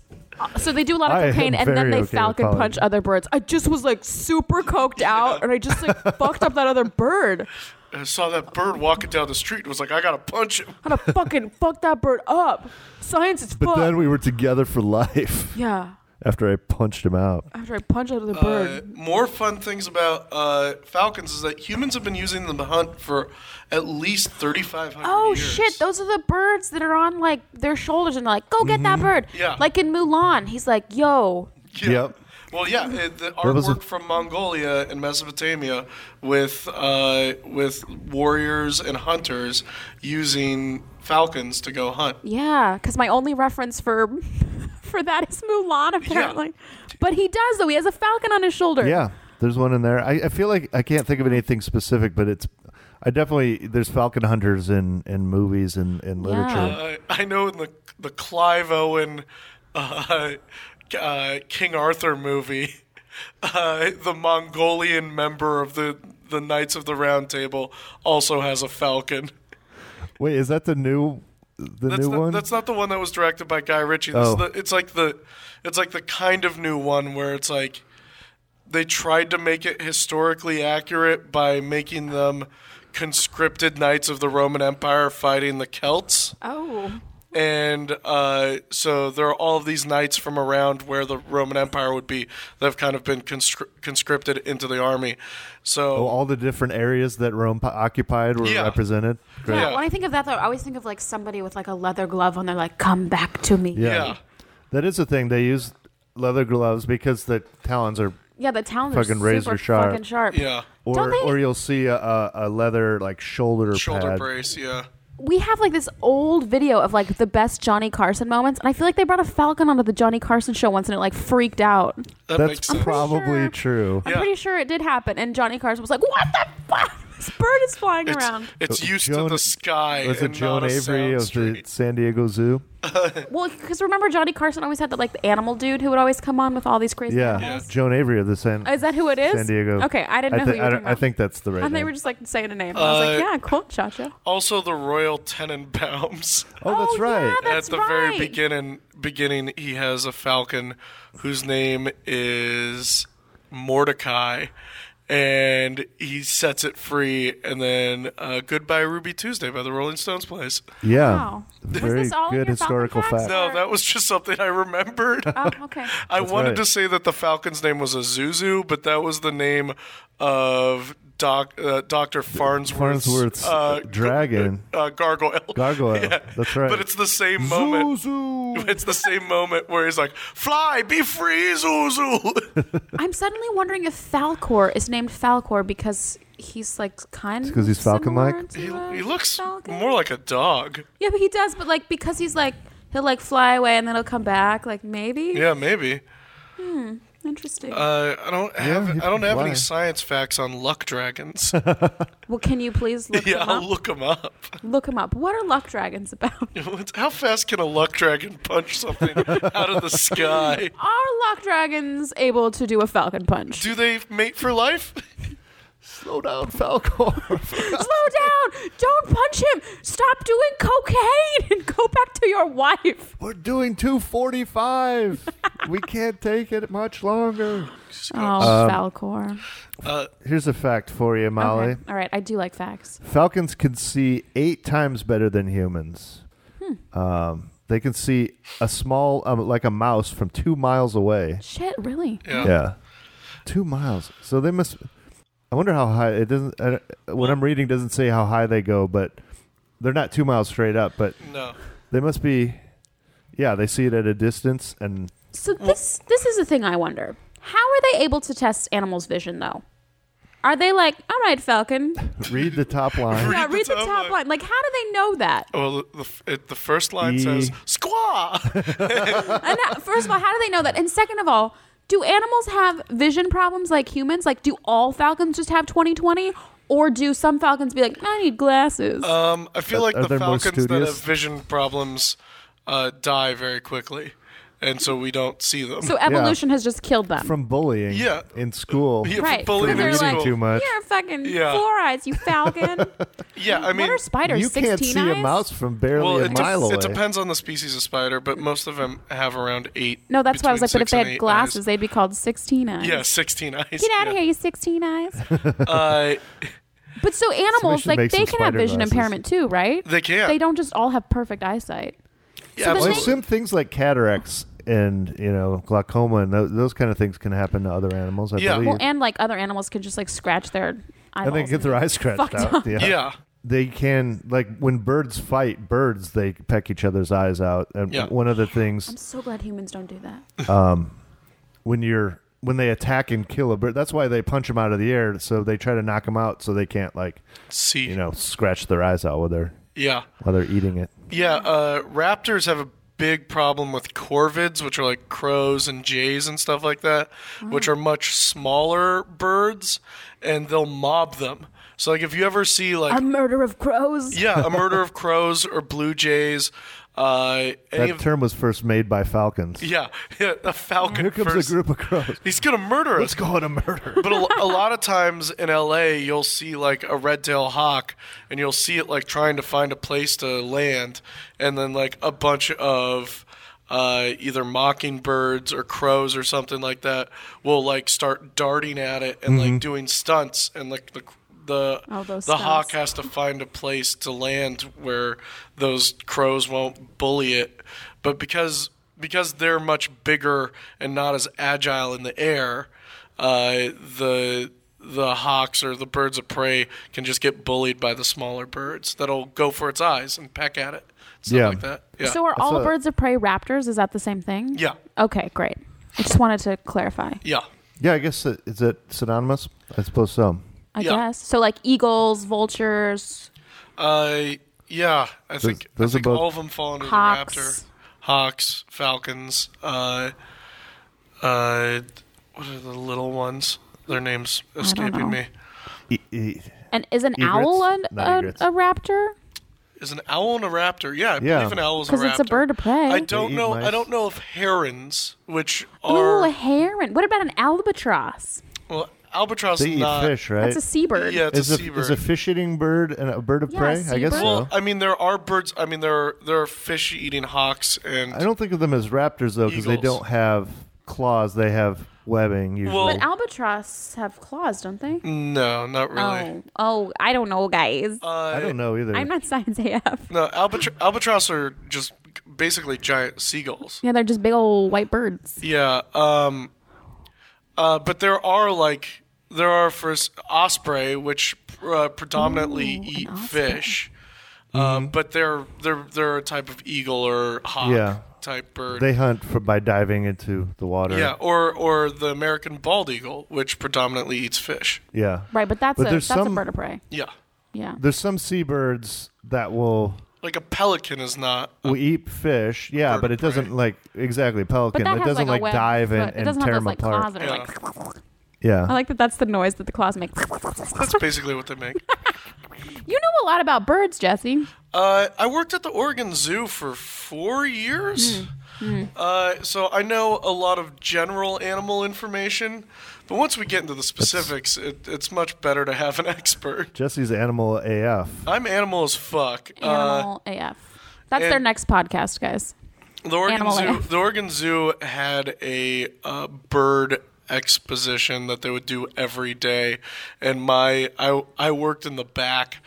Speaker 1: So they do a lot of
Speaker 4: I am
Speaker 1: cocaine, and
Speaker 4: very
Speaker 1: then they
Speaker 4: okay with
Speaker 1: falcon
Speaker 4: poly.
Speaker 1: punch other birds. I just was like super coked out, and I just like fucked up that other bird.
Speaker 5: I saw that bird walking down the street and was like, I gotta punch him.
Speaker 1: I'm gonna fucking fuck that bird up. Science is
Speaker 4: but
Speaker 1: fuck.
Speaker 4: then we were together for life
Speaker 1: yeah.
Speaker 4: after I punched him out.
Speaker 1: After I punch out the
Speaker 5: Uh,
Speaker 1: bird,
Speaker 5: more fun things about uh, falcons is that humans have been using them to hunt for at least 3,500
Speaker 1: Oh
Speaker 5: years.
Speaker 1: shit! Those are the birds that are on like their shoulders and they're like, "Go get
Speaker 4: Mm-hmm.
Speaker 1: that bird!"
Speaker 5: Yeah.
Speaker 1: Like in Mulan, he's like, "Yo,
Speaker 5: Yeah.
Speaker 4: Yep.
Speaker 5: Well, yeah, it, the
Speaker 4: was
Speaker 5: artwork
Speaker 4: a-
Speaker 5: from Mongolia and Mesopotamia with uh, with warriors and hunters using falcons to go hunt.
Speaker 1: yeah," because my only reference for for that is Mulan, apparently. But he does though. He has a falcon on his shoulder.
Speaker 4: Yeah, there's one in there. I, I feel like I can't think of anything specific, but it's I definitely there's falcon hunters in in movies and in literature.
Speaker 5: Uh, I know in the the Clive Owen uh, uh, King Arthur movie, uh, the Mongolian member of the the Knights of the Round Table also has a falcon.
Speaker 4: Wait, is that the new the
Speaker 5: That's
Speaker 4: new
Speaker 5: not,
Speaker 4: one?
Speaker 5: that's not the one that was directed by Guy Ritchie. This is
Speaker 4: Oh.
Speaker 5: the, it's like the it's like the kind of new one where it's like they tried to make it historically accurate by making them conscripted knights of the Roman Empire fighting the Celts.
Speaker 1: Oh.
Speaker 5: and uh, so there are all of these knights from around where the Roman Empire would be that have kind of been conscri- conscripted into the army.
Speaker 4: Oh,
Speaker 5: So
Speaker 4: all the different areas that Rome po- occupied were
Speaker 5: Yeah.
Speaker 4: represented. Great.
Speaker 5: Yeah.
Speaker 1: Yeah. When I think of that, though, I always think of like somebody with like a leather glove, and they're like, "Come back to me."
Speaker 4: Yeah.
Speaker 5: yeah,
Speaker 4: That is the thing. They use leather gloves because the talons are,
Speaker 1: Yeah, the talons
Speaker 4: Fucking
Speaker 1: are
Speaker 4: razor
Speaker 1: super
Speaker 4: sharp.
Speaker 1: fucking sharp.
Speaker 5: yeah,
Speaker 4: or
Speaker 1: Don't they-
Speaker 4: or you'll see a, a, a leather like shoulder
Speaker 5: shoulder
Speaker 4: pad.
Speaker 5: brace, yeah.
Speaker 1: We have like this old video of like the best Johnny Carson moments, and I feel like they brought a falcon onto the Johnny Carson show once, and it like freaked out.
Speaker 5: That makes
Speaker 4: That's
Speaker 5: sense.
Speaker 4: probably
Speaker 1: sure.
Speaker 4: true.
Speaker 1: I'm
Speaker 5: Yeah.
Speaker 1: pretty sure it did happen, and Johnny Carson was like, "What the fuck? This bird is flying
Speaker 5: It's,
Speaker 1: around."
Speaker 5: it's used
Speaker 4: Joan-
Speaker 5: to the sky.
Speaker 4: Was it
Speaker 5: and
Speaker 4: Joan
Speaker 5: not a
Speaker 4: Avery
Speaker 5: sound
Speaker 4: of the
Speaker 5: street.
Speaker 4: San Diego Zoo?
Speaker 1: Well, because remember Johnny Carson always had that like the animal dude who would always come on with all these crazy.
Speaker 4: Yeah,
Speaker 5: Yeah.
Speaker 4: Joan Avery of the San.
Speaker 1: Is that who it is?
Speaker 4: San Diego.
Speaker 1: Okay, I didn't know
Speaker 4: thi-
Speaker 1: who you
Speaker 4: I,
Speaker 1: were
Speaker 4: don't-
Speaker 1: talking
Speaker 4: I
Speaker 1: about.
Speaker 4: think that's the right.
Speaker 1: And they
Speaker 4: name.
Speaker 1: were just like saying a name. And I was like,
Speaker 5: Uh,
Speaker 1: "Yeah, cool, Chacha."
Speaker 5: Also, the Royal Tenenbaums.
Speaker 4: oh, that's
Speaker 1: Oh,
Speaker 4: right.
Speaker 1: yeah, that's
Speaker 5: At the
Speaker 1: right.
Speaker 5: very beginning, beginning, he has a falcon whose name is Mordecai, and he sets it free. And then uh, "Goodbye Ruby Tuesday" by the Rolling Stones plays.
Speaker 4: yeah,
Speaker 1: Wow. Was
Speaker 4: very
Speaker 1: this all in
Speaker 4: good
Speaker 1: your
Speaker 4: historical
Speaker 1: Falcon
Speaker 4: fact.
Speaker 5: No,
Speaker 1: facts?
Speaker 5: that was just something I remembered.
Speaker 1: Oh, okay.
Speaker 5: I wanted
Speaker 4: right.
Speaker 5: to say that the falcon's name was Azuzu, but that was the name of Doc uh, Doctor Farnsworth's,
Speaker 4: Farnsworth's
Speaker 5: uh,
Speaker 4: dragon.
Speaker 5: uh, gargoyle.
Speaker 4: Gargoyle. That's right.
Speaker 5: But it's the same moment.
Speaker 4: Zuzu.
Speaker 5: It's the same moment where he's like, "Fly, be free, Zuzu."
Speaker 1: I'm suddenly wondering if Falcor is named Falcor because he's like kind.
Speaker 4: 'cause he's falcon-like?
Speaker 1: similar to a
Speaker 5: he, he looks
Speaker 1: falcon.
Speaker 5: more like a dog.
Speaker 1: Yeah, but he does. But like because he's like he'll like fly away and then he'll come back. Like maybe.
Speaker 5: Yeah, maybe.
Speaker 1: Interesting.
Speaker 5: Uh, I don't have
Speaker 4: he
Speaker 5: I don't
Speaker 4: can
Speaker 5: have
Speaker 4: fly.
Speaker 5: any science facts on luck dragons.
Speaker 1: well, can you please look
Speaker 5: yeah,
Speaker 1: him
Speaker 5: I'll
Speaker 1: up?
Speaker 5: look them up.
Speaker 1: Look him up. What are luck dragons about?
Speaker 5: What's- How fast can a luck dragon punch something out of the sky?
Speaker 1: are luck dragons able to do a falcon punch?
Speaker 5: Do they mate for life?
Speaker 4: Slow down, Falcor.
Speaker 1: Slow down! Don't punch him! Stop doing cocaine and go back to your wife.
Speaker 4: We're doing 245. we can't take it much longer.
Speaker 1: Oh,
Speaker 4: Um,
Speaker 1: Falcor.
Speaker 5: Uh,
Speaker 4: Here's a fact for you, Molly.
Speaker 1: Okay. All right, I do like facts.
Speaker 4: Falcons can see eight times better than humans.
Speaker 1: Hmm.
Speaker 4: Um, they can see a small, um, like a mouse, from two miles away.
Speaker 1: Shit, really?
Speaker 5: Yeah.
Speaker 4: Yeah, two miles. So they must. I wonder how high it doesn't. I, don't- what I'm reading doesn't say how high they go, but they're not two miles straight up. But
Speaker 5: No.
Speaker 4: they must be. Yeah, they see it at a distance, and
Speaker 1: So this this is a thing I wonder. How are they able to test animals' vision though? Are they like, all right, Falcon?
Speaker 4: read the top line.
Speaker 1: Yeah,
Speaker 5: the
Speaker 1: read the
Speaker 5: top
Speaker 1: top,
Speaker 5: line.
Speaker 1: line. Like, how do they know that?
Speaker 5: Well, the, the, it, the first line
Speaker 4: E.
Speaker 5: says "squaw."
Speaker 1: And uh, first of all, how do they know that? And second of all, do animals have vision problems like humans? Like, do all falcons just have 20/20, Or do some Falcons be like, I need glasses?
Speaker 4: Uh,
Speaker 5: Um, I feel
Speaker 4: Are-
Speaker 5: like
Speaker 4: are
Speaker 5: the
Speaker 4: there more
Speaker 5: Falcons that have
Speaker 4: studious?
Speaker 5: vision problems uh, die very quickly, and so we don't see them.
Speaker 1: so evolution has just killed them.
Speaker 4: from bullying
Speaker 5: Yeah.
Speaker 4: in school.
Speaker 5: Yeah,
Speaker 1: right.
Speaker 5: bullying
Speaker 1: they're
Speaker 5: in
Speaker 1: like,
Speaker 5: school.
Speaker 4: Too much.
Speaker 1: You're a fucking
Speaker 5: Yeah.
Speaker 1: four eyes, you falcon.
Speaker 5: yeah, I mean,
Speaker 1: what are spiders?
Speaker 4: You
Speaker 1: 16
Speaker 4: can't see
Speaker 1: eyes?
Speaker 4: a mouse from barely
Speaker 5: well,
Speaker 4: a
Speaker 5: it, de-
Speaker 4: mile away.
Speaker 5: it depends on the species of spider, but most of them have around eight.
Speaker 1: No, that's why I was like,
Speaker 5: between
Speaker 1: but if
Speaker 5: six
Speaker 1: they
Speaker 5: and
Speaker 1: had
Speaker 5: eight
Speaker 1: glasses,
Speaker 5: eyes.
Speaker 1: they'd be called 16 eyes.
Speaker 5: yeah, sixteen eyes.
Speaker 1: Get out
Speaker 5: yeah.
Speaker 1: of here, you 16 eyes.
Speaker 5: Uh,
Speaker 1: But so animals,
Speaker 4: should
Speaker 1: like
Speaker 4: make
Speaker 1: they
Speaker 4: some
Speaker 1: can have
Speaker 4: spider
Speaker 1: vision
Speaker 4: glasses.
Speaker 1: impairment too, right?
Speaker 5: They can.
Speaker 1: They don't just all have perfect eyesight.
Speaker 5: yeah,
Speaker 4: Well,
Speaker 1: then
Speaker 4: I
Speaker 5: absolutely.
Speaker 1: they-
Speaker 4: assume things like cataracts and you know glaucoma and those, those kind of things can happen to other animals. I
Speaker 5: Yeah.
Speaker 4: believe.
Speaker 1: Well, and like other animals can just like scratch their eyeballs.
Speaker 4: and they get their eyes scratched
Speaker 1: fucked
Speaker 4: out.
Speaker 1: up.
Speaker 4: Yeah.
Speaker 5: yeah.
Speaker 4: they can like when birds fight birds, they peck each other's eyes out. And
Speaker 5: Yeah.
Speaker 4: one of the things
Speaker 1: I'm so glad humans don't do that.
Speaker 4: when you're when they attack and kill a bird, that's why they punch them out of the air. So they try to knock them out so they can't like
Speaker 5: See.
Speaker 4: you know scratch their eyes out while they're
Speaker 5: Yeah.
Speaker 4: while they're eating it.
Speaker 5: Yeah, uh, raptors have a big problem with corvids, which are like crows and jays and stuff like that,
Speaker 1: Mm.
Speaker 5: which are much smaller birds, and they'll mob them. So, like, if you ever see like
Speaker 1: A murder of crows.
Speaker 5: yeah, a murder of crows or blue jays, uh, any
Speaker 4: That
Speaker 5: of
Speaker 4: term was first made by falcons.
Speaker 5: yeah, yeah, a falcon
Speaker 4: Here comes
Speaker 5: first.
Speaker 4: a group of crows.
Speaker 5: He's gonna murder us.
Speaker 4: Let's go on a murder.
Speaker 5: but a, a lot of times in LA, you'll see like a red tail hawk, and you'll see it like trying to find a place to land, and then like a bunch of uh, either mockingbirds or crows or something like that will like start darting at it and like doing stunts, and like the the
Speaker 1: Oh, those
Speaker 5: the hawk
Speaker 1: stunts.
Speaker 5: has to find a place to land where those crows won't bully it, but because because they're much bigger and not as agile in the air, uh, the the hawks or the birds of prey can just get bullied by the smaller birds that'll go for its eyes and peck at it, stuff
Speaker 4: Yeah.
Speaker 5: like that. Yeah,
Speaker 1: So are all
Speaker 4: a-
Speaker 1: birds of prey raptors? Is that the same thing?
Speaker 5: yeah,
Speaker 1: Okay, great. I just wanted to clarify.
Speaker 5: yeah,
Speaker 4: yeah, I guess it- is it synonymous? I suppose so.
Speaker 1: I
Speaker 5: Yeah.
Speaker 1: guess so. Like eagles, vultures,
Speaker 5: uh, yeah. I think
Speaker 4: those
Speaker 5: I
Speaker 4: are
Speaker 5: think
Speaker 4: both-
Speaker 5: all of them fall under
Speaker 1: Hawks.
Speaker 5: the raptor, hawks, falcons. Uh, uh, what are the little ones? Their names escaping
Speaker 1: know.
Speaker 5: me.
Speaker 4: E- e-
Speaker 1: and is an
Speaker 4: Egrets?
Speaker 1: owl an,
Speaker 4: Not
Speaker 1: a,
Speaker 4: egrets.
Speaker 1: a raptor?
Speaker 5: Is an owl and a raptor? Yeah, I
Speaker 4: Yeah.
Speaker 5: believe an owl is a raptor.
Speaker 1: 'Cause it's a bird of prey.
Speaker 5: I
Speaker 4: They
Speaker 5: don't
Speaker 4: eat
Speaker 5: know. I
Speaker 4: mice.
Speaker 5: don't know if herons, which
Speaker 1: Ooh,
Speaker 5: are
Speaker 1: a heron. What about an albatross?
Speaker 5: well, albatross
Speaker 4: they
Speaker 5: is
Speaker 4: eat
Speaker 5: not.
Speaker 4: fish, right?
Speaker 1: That's a seabird.
Speaker 5: Yeah, it's
Speaker 4: is
Speaker 5: a
Speaker 4: a,
Speaker 5: seabird.
Speaker 4: is a fish eating bird and a bird of
Speaker 1: Yeah,
Speaker 4: prey? I guess
Speaker 1: seabird.
Speaker 4: so.
Speaker 5: Well, I mean, there are birds. I mean, there are there are fish eating hawks and
Speaker 4: I don't think of them as raptors though, because they
Speaker 5: Eagles.
Speaker 4: don't have claws. They have webbing usually.
Speaker 5: Well-
Speaker 1: But albatross have claws, don't they?
Speaker 5: no, not really. Uh,
Speaker 1: Oh, oh, I don't know, guys.
Speaker 4: I don't know either.
Speaker 1: I'm not science AF.
Speaker 5: No, albatro- albatross are just basically giant seagulls.
Speaker 1: Yeah, they're just big old white birds.
Speaker 5: Yeah. Um, uh, but there are like there are first osprey, which uh, predominantly eat fish,
Speaker 4: Mm-hmm.
Speaker 5: um, but they're they're they're a type of eagle or hawk
Speaker 4: Yeah.
Speaker 5: type bird.
Speaker 4: They hunt for, by diving into the water.
Speaker 5: yeah, or or the American bald eagle, which predominantly eats fish.
Speaker 4: yeah.
Speaker 1: Right, but that's
Speaker 4: But
Speaker 1: a that's
Speaker 4: there's
Speaker 1: a
Speaker 4: some-
Speaker 1: bird of prey.
Speaker 5: Yeah,
Speaker 1: Yeah.
Speaker 4: There's some seabirds that will
Speaker 5: like a pelican is not.
Speaker 4: will eat fish. Yeah,
Speaker 5: Uh, bird
Speaker 4: but
Speaker 5: of
Speaker 4: it doesn't
Speaker 5: prey.
Speaker 4: like exactly
Speaker 1: But
Speaker 4: pelican.
Speaker 1: that
Speaker 4: it
Speaker 1: has
Speaker 4: doesn't like,
Speaker 1: like, a web,
Speaker 4: dive in
Speaker 1: but it
Speaker 4: and
Speaker 1: doesn't
Speaker 4: tear
Speaker 1: have those
Speaker 4: them
Speaker 1: like
Speaker 4: apart.
Speaker 1: claws that are
Speaker 5: Yeah.
Speaker 1: like.
Speaker 4: Yeah.
Speaker 1: I like that. That's the noise that the claws make.
Speaker 5: That's basically what they make.
Speaker 1: You know a lot about birds, Jesse.
Speaker 5: Uh, I worked at the Oregon Zoo for four years.
Speaker 1: Mm-hmm.
Speaker 5: Uh, so I know a lot of general animal information, but once we get into the specifics, it, it's much better to have an expert.
Speaker 4: Jesse's animal AF.
Speaker 5: I'm animal as fuck. Uh,
Speaker 1: Animal AF. That's their
Speaker 5: and-
Speaker 1: next podcast, guys.
Speaker 5: the Oregon
Speaker 1: Animal
Speaker 5: Zoo.
Speaker 1: life.
Speaker 5: The Oregon Zoo had a uh, bird exposition that they would do every day, and my I I worked in the back,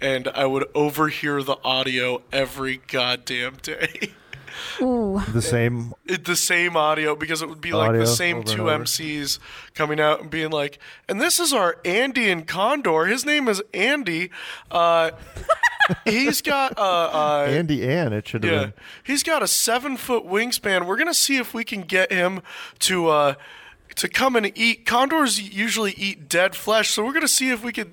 Speaker 5: and I would overhear the audio every goddamn day.
Speaker 1: Ooh,
Speaker 4: The same.
Speaker 5: it, the same audio because it would be like
Speaker 4: Audio
Speaker 5: the same
Speaker 4: over and
Speaker 5: two
Speaker 4: over.
Speaker 5: MCs coming out and being like, and this is our Andy and Condor. His name is Andy. Uh, he's got uh, uh,
Speaker 4: Andy Ann. It should have
Speaker 5: yeah,
Speaker 4: been.
Speaker 5: he's got a seven foot wingspan. We're gonna see if we can get him to uh, to come and eat. Condors usually eat dead flesh, so we're gonna see if we could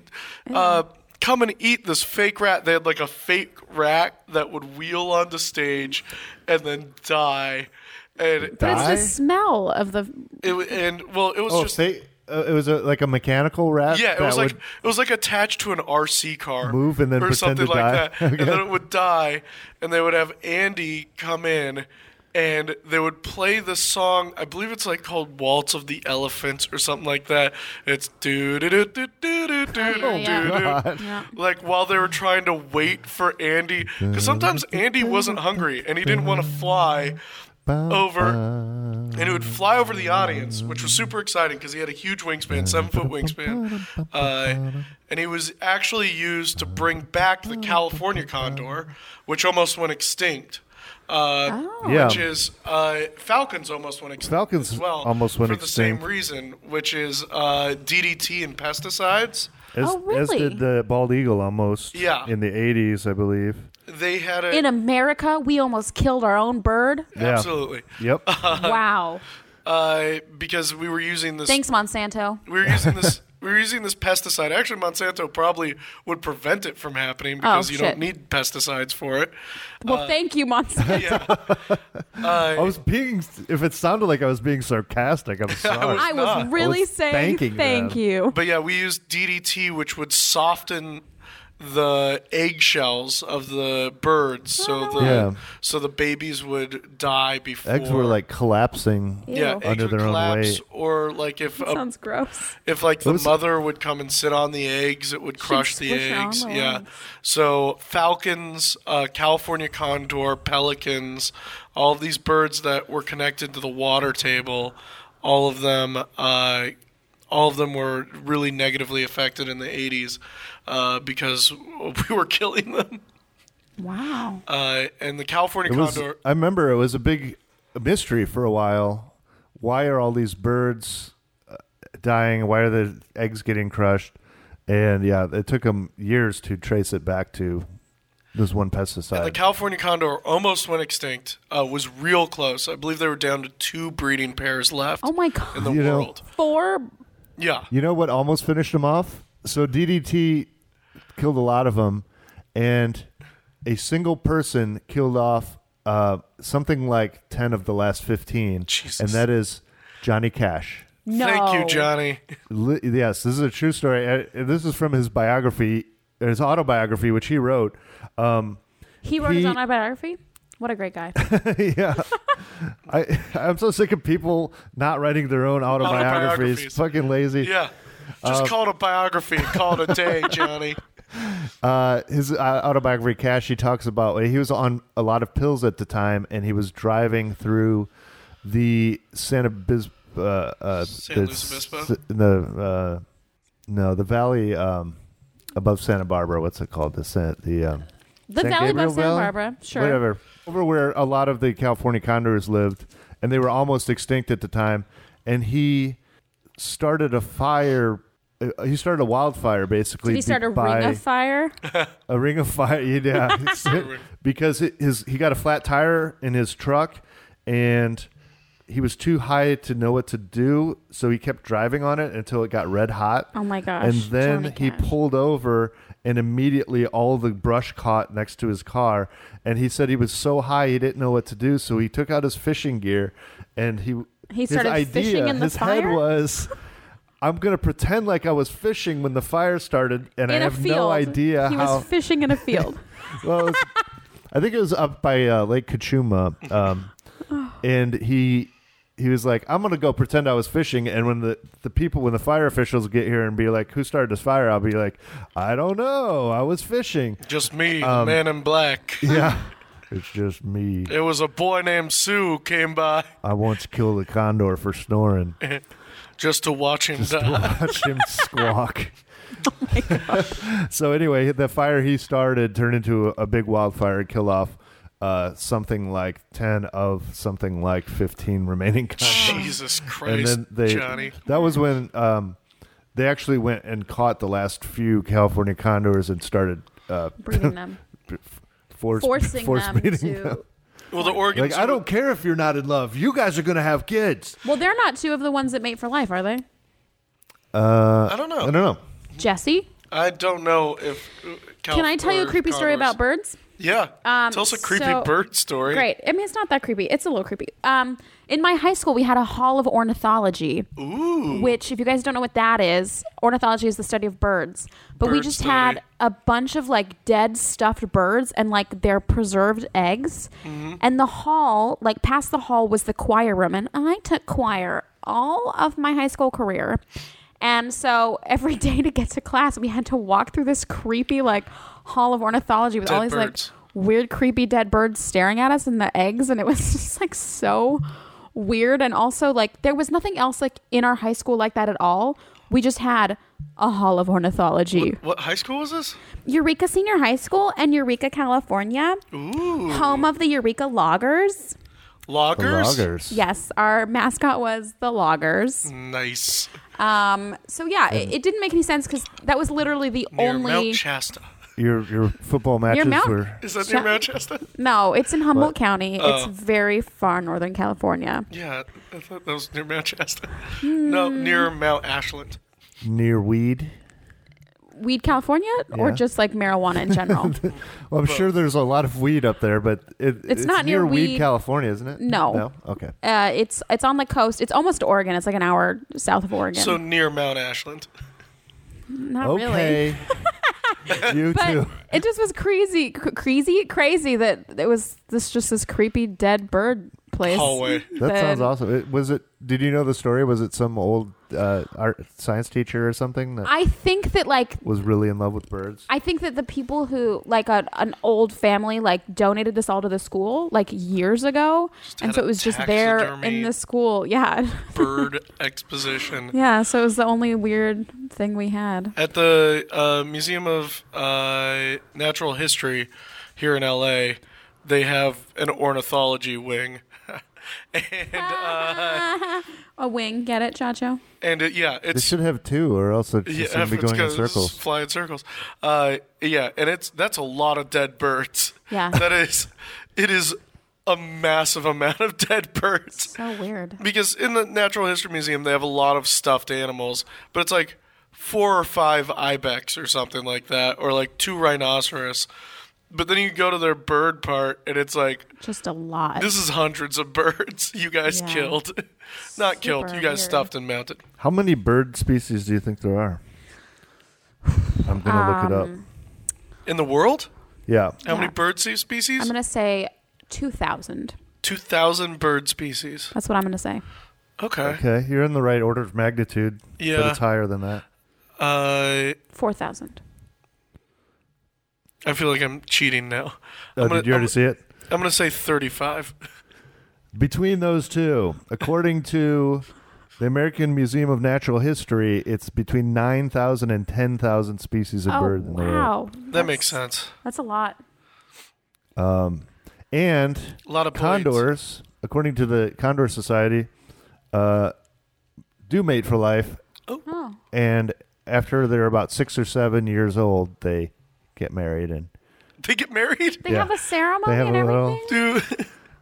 Speaker 5: uh, come and eat this fake rat. They had like a fake rat that would wheel onto stage and then die. And
Speaker 1: but it's
Speaker 4: Die?
Speaker 1: the smell of the.
Speaker 5: it wa- and well, it was
Speaker 4: Oh,
Speaker 5: just
Speaker 4: fake. uh, it was a, like a mechanical rat.
Speaker 5: Yeah, it
Speaker 4: that
Speaker 5: was like
Speaker 4: would-
Speaker 5: it was like attached to an RC car,
Speaker 4: Move and then
Speaker 5: or
Speaker 4: pretend
Speaker 5: something
Speaker 4: to
Speaker 5: like
Speaker 4: die?
Speaker 5: that, and then
Speaker 4: Okay.
Speaker 5: it would die, and they would have Andy come in, and they would play the song. I believe it's like called "Waltz of the Elephants" or something like that. It's do do do do do do do
Speaker 1: Oh, yeah,
Speaker 5: do
Speaker 1: yeah.
Speaker 5: do.
Speaker 1: Yeah.
Speaker 5: Like while they were trying to wait for Andy, because sometimes Andy wasn't hungry and he didn't want to fly over and it would fly over the audience, which was super exciting because he had a huge wingspan, seven foot wingspan. Uh, and he was actually used to bring back the California condor, which almost went extinct. Uh,
Speaker 4: Yeah.
Speaker 5: Which is uh, Falcons almost went extinct.
Speaker 4: Falcons
Speaker 5: as well
Speaker 4: almost went
Speaker 5: for the
Speaker 4: extinct.
Speaker 5: same reason, which is uh, DDT and pesticides.
Speaker 4: As,
Speaker 1: Oh,
Speaker 4: as
Speaker 1: really?
Speaker 4: did the bald eagle almost.
Speaker 5: Yeah.
Speaker 4: In the 80s, I believe.
Speaker 5: They had a,
Speaker 1: In America, we almost killed our own bird.
Speaker 4: Yeah.
Speaker 5: absolutely
Speaker 4: Yep.
Speaker 5: Uh-huh.
Speaker 1: Wow.
Speaker 5: uh, because we were using this
Speaker 1: Thanks, Monsanto.
Speaker 5: we were using this we were using this pesticide. Actually, Monsanto probably would prevent it from happening because you
Speaker 1: Oh, shit.
Speaker 5: don't need pesticides for it.
Speaker 1: Well, thank you, Monsanto.
Speaker 5: Uh, Yeah,
Speaker 4: I was being, if it sounded like I was being sarcastic, I'm sorry.
Speaker 1: I was
Speaker 5: not.
Speaker 1: really
Speaker 4: I was
Speaker 1: saying
Speaker 4: thanking
Speaker 1: thank
Speaker 4: them.
Speaker 1: you.
Speaker 5: but yeah, we used DDT, which would soften the eggshells of the birds, so
Speaker 1: Oh.
Speaker 5: the
Speaker 4: Yeah.
Speaker 5: so the babies would die before.
Speaker 4: Eggs were like collapsing.
Speaker 5: yeah,
Speaker 1: Ew.
Speaker 5: eggs
Speaker 4: under
Speaker 5: would
Speaker 4: their own
Speaker 5: collapse,
Speaker 4: weight.
Speaker 5: or like if a
Speaker 1: Sounds gross.
Speaker 5: If like the
Speaker 4: was-
Speaker 5: mother would come and sit on the eggs, it would crush the
Speaker 1: squish it on
Speaker 5: eggs.
Speaker 1: the
Speaker 5: yeah.
Speaker 1: eggs.
Speaker 5: So falcons, uh, California condor, pelicans, all of these birds that were connected to the water table, all of them, uh, all of them were really negatively affected in the 80s uh, because we were killing them.
Speaker 1: Wow.
Speaker 5: Uh, and the California
Speaker 4: It was,
Speaker 5: condor.
Speaker 4: I remember it was a big mystery for a while. Why are all these birds uh, dying? Why are the eggs getting crushed? And yeah, it took them years to trace it back to this one pesticide.
Speaker 5: The California condor almost went extinct. Uh, was real close. I believe they were down to two breeding pairs left.
Speaker 1: Oh my God.
Speaker 5: In the
Speaker 4: You know-
Speaker 5: world.
Speaker 1: Four.
Speaker 5: Yeah.
Speaker 4: You know what almost finished them off? So DDT killed a lot of them, and a single person killed off uh, something like 10 of the last 15.
Speaker 5: Jesus.
Speaker 4: And that is Johnny Cash.
Speaker 1: No.
Speaker 5: Thank you, Johnny.
Speaker 4: Li- yes, this is a true story. Uh, This is from his biography, his autobiography, which he wrote. Um,
Speaker 1: He wrote his
Speaker 4: He-
Speaker 1: own autobiography. What a great guy.
Speaker 4: yeah. I, I'm so sick of people not writing their own autobiographies.
Speaker 5: Autobiographies.
Speaker 4: Fucking lazy.
Speaker 5: Yeah.
Speaker 4: Um,
Speaker 5: Just call it a biography and call it a day, Johnny.
Speaker 4: Uh, his uh, autobiography, Cash, he talks about he was on a lot of pills at the time, and he was driving through the Santa Biz, uh, uh,
Speaker 5: San
Speaker 4: the,
Speaker 5: Luis Obispo?
Speaker 4: s- the, uh, no, the valley um, above Santa Barbara. What's it called? The San, the um,
Speaker 1: The
Speaker 4: San
Speaker 1: Valley
Speaker 4: Gabriel
Speaker 1: above Santa
Speaker 4: Valley?
Speaker 1: Barbara. Sure.
Speaker 4: Whatever. Over where a lot of the California condors lived, and they were almost extinct at the time. And he started a fire. uh, He started a wildfire, basically.
Speaker 1: Did he start a
Speaker 4: by-
Speaker 1: ring of fire?
Speaker 4: a ring of fire, yeah. because it- his he got a flat tire in his truck, and he was too high to know what to do, so he kept driving on it until it got red hot.
Speaker 1: Oh my gosh,
Speaker 4: And then
Speaker 1: Johnny
Speaker 4: he
Speaker 1: Cash.
Speaker 4: pulled over, and immediately all the brush caught next to his car. And he said he was so high he didn't know what to do, so he took out his fishing gear, and he
Speaker 1: He
Speaker 4: his
Speaker 1: started
Speaker 4: idea,
Speaker 1: fishing in the
Speaker 4: his head
Speaker 1: fire?
Speaker 4: was. I'm gonna pretend like I was fishing when the fire started, and I
Speaker 1: in a
Speaker 4: have
Speaker 1: field.
Speaker 4: no idea
Speaker 1: He
Speaker 4: how.
Speaker 1: was fishing in a field.
Speaker 4: well, it was- I think it was up by uh, Lake Kachuma, um, and he he was like, "I'm gonna go pretend I was fishing." And when the the people, when the fire officials get here and be like, "Who started this fire?" I'll be like, "I don't know. I was fishing."
Speaker 5: Just me, the
Speaker 4: Um,
Speaker 5: man in black.
Speaker 4: Yeah, it's just me.
Speaker 5: It was a boy named Sue who came by
Speaker 4: I once killed a condor for snoring.
Speaker 5: just to watch him die.
Speaker 4: Watch him squawk. so anyway, the fire he started turned into a, a big wildfire and kill off uh, something like ten of something like fifteen remaining. Condors.
Speaker 5: Jesus
Speaker 4: and
Speaker 5: Christ,
Speaker 4: then they
Speaker 5: Johnny.
Speaker 4: that was when um, they actually went and caught the last few California condors and started uh,
Speaker 1: breeding them,
Speaker 4: force,
Speaker 1: forcing
Speaker 4: force
Speaker 1: them
Speaker 4: breeding
Speaker 1: to.
Speaker 4: them.
Speaker 5: Well, the organs.
Speaker 4: Like I don't care if you're not in love. You guys are gonna have kids.
Speaker 1: Well, they're not two of the ones that mate for life, are they?
Speaker 5: I don't
Speaker 4: I
Speaker 5: know.
Speaker 4: don't know.
Speaker 1: Jesse,
Speaker 5: I don't know if. uh, Cal-
Speaker 1: can I tell you a
Speaker 5: or
Speaker 1: creepy story
Speaker 5: Congress-
Speaker 1: about birds?
Speaker 5: Yeah. Tell us a creepy
Speaker 1: so-
Speaker 5: bird story.
Speaker 1: Great. I mean, it's not that creepy. It's a little creepy. Um, in my high school, we had a hall of ornithology,
Speaker 5: Ooh.
Speaker 1: which, if you guys don't know what that is, ornithology is the study of birds. But we
Speaker 5: Bird
Speaker 1: just
Speaker 5: study.
Speaker 1: had a bunch of like dead stuffed birds and like their preserved eggs.
Speaker 5: Mm-hmm.
Speaker 1: And the hall, like past the hall, was the choir room. And I took choir all of my high school career. And so every day to get to class, we had to walk through this creepy like hall of ornithology with
Speaker 5: Dead
Speaker 1: all these
Speaker 5: birds.
Speaker 1: like weird, creepy dead birds staring at us and the eggs, and it was just like so weird. And also, like, there was nothing else like in our high school like that at all. We just had a hall of ornithology.
Speaker 5: What high school was this?
Speaker 1: Eureka Senior High School and Eureka, California,
Speaker 5: Ooh.
Speaker 1: home of the Eureka Loggers.
Speaker 4: The
Speaker 5: Loggers?
Speaker 4: loggers.
Speaker 1: Yes, our mascot was the
Speaker 5: Mm.
Speaker 1: Loggers.
Speaker 5: Nice.
Speaker 1: Um, so yeah, it, it didn't make any sense because that was literally the
Speaker 5: Near
Speaker 1: only.
Speaker 5: Mount Shasta.
Speaker 4: Your your football matches
Speaker 1: mount-
Speaker 4: were.
Speaker 5: Is that near
Speaker 1: Sha-
Speaker 5: Mount Shasta?
Speaker 1: no, it's in Humboldt County.
Speaker 5: Oh.
Speaker 1: It's very far, Northern California.
Speaker 5: Yeah, I thought that was near Mount Shasta.
Speaker 1: Hmm.
Speaker 5: No, near Mount Ashland.
Speaker 4: near weed.
Speaker 1: weed California or
Speaker 4: Yeah.
Speaker 1: just like marijuana in general?
Speaker 4: Well, I'm sure there's a lot of weed up there, but it, it's,
Speaker 1: not near
Speaker 4: near weed,
Speaker 1: weed.
Speaker 4: California, isn't it?
Speaker 1: No.
Speaker 4: No. Okay.
Speaker 1: uh, it's it's on the coast. It's almost Oregon. It's like an hour south of Oregon.
Speaker 5: So near Mount Ashland.
Speaker 1: Not really.
Speaker 4: okay. you
Speaker 1: But
Speaker 4: too.
Speaker 1: it just was crazy, cr- crazy, crazy that it was this just this creepy dead bird place.
Speaker 5: Hallway.
Speaker 4: That sounds
Speaker 1: Then-
Speaker 4: awesome. It, was it? Did you know the story? Was it some old uh, art science teacher or something that
Speaker 1: I think that like
Speaker 4: was really in love with birds?
Speaker 1: I think that the people who like a, an old family like donated this all to the school like years ago, and
Speaker 5: had
Speaker 1: so
Speaker 5: a
Speaker 1: it was just there in
Speaker 5: taxidermy-
Speaker 1: the school. Yeah,
Speaker 5: Bird exposition.
Speaker 1: yeah. So it was the only weird thing we had.
Speaker 5: At the uh, Museum of uh, Natural History here in LA, they have an ornithology wing. and uh,
Speaker 1: A wing, get it, Chacho?
Speaker 5: and it, uh, yeah,
Speaker 4: They
Speaker 5: it's
Speaker 4: should have two, or else it's
Speaker 5: yeah,
Speaker 4: just going to be
Speaker 5: it's
Speaker 4: going in
Speaker 5: gonna s-
Speaker 4: circles.
Speaker 5: Fly in circles. Uh, yeah, and it's that's a lot of dead birds.
Speaker 1: Yeah.
Speaker 5: that is, it is a massive amount of dead birds
Speaker 1: So weird.
Speaker 5: because in the Natural History Museum they have a lot of stuffed animals, but it's like four or five ibex or something like that, or like two rhinoceros. But then you go to their bird part, and it's like
Speaker 1: Just a lot.
Speaker 5: this is hundreds of birds you guys
Speaker 1: Yeah.
Speaker 5: killed, not killed.
Speaker 1: Super
Speaker 5: You guys
Speaker 1: weird.
Speaker 5: stuffed and mounted.
Speaker 4: How many bird species do you think there are? I'm going to look it
Speaker 1: Um,
Speaker 4: up.
Speaker 5: In the world,
Speaker 4: Yeah.
Speaker 5: how
Speaker 1: Yeah.
Speaker 5: many bird se- species?
Speaker 1: I'm gonna say two thousand.
Speaker 5: 2,000 bird species.
Speaker 1: That's what I'm gonna say.
Speaker 5: Okay.
Speaker 4: Okay, you're in the right order of magnitude. But
Speaker 5: Yeah.
Speaker 4: it's higher than that.
Speaker 5: Uh,
Speaker 1: Four thousand.
Speaker 5: I feel like I'm cheating now.
Speaker 4: Oh,
Speaker 5: I'm gonna-
Speaker 4: did you already
Speaker 5: I'm-
Speaker 4: see it?
Speaker 5: I'm going to say 35.
Speaker 4: Between those two, according to the American Museum of Natural History, it's between 9,000 and 10,000 species of
Speaker 1: Oh
Speaker 4: bird in the world.
Speaker 1: wow,
Speaker 5: That makes sense.
Speaker 1: That's a lot.
Speaker 4: Um, And
Speaker 5: A lot of blades.
Speaker 4: condors, according to the Condor Society, uh, do mate for life.
Speaker 1: Oh,
Speaker 4: And after they're about six or seven years old, they get married. And
Speaker 5: They get married?
Speaker 1: they
Speaker 4: Yeah.
Speaker 1: have a ceremony
Speaker 4: They have
Speaker 1: and
Speaker 4: a little-
Speaker 1: everything.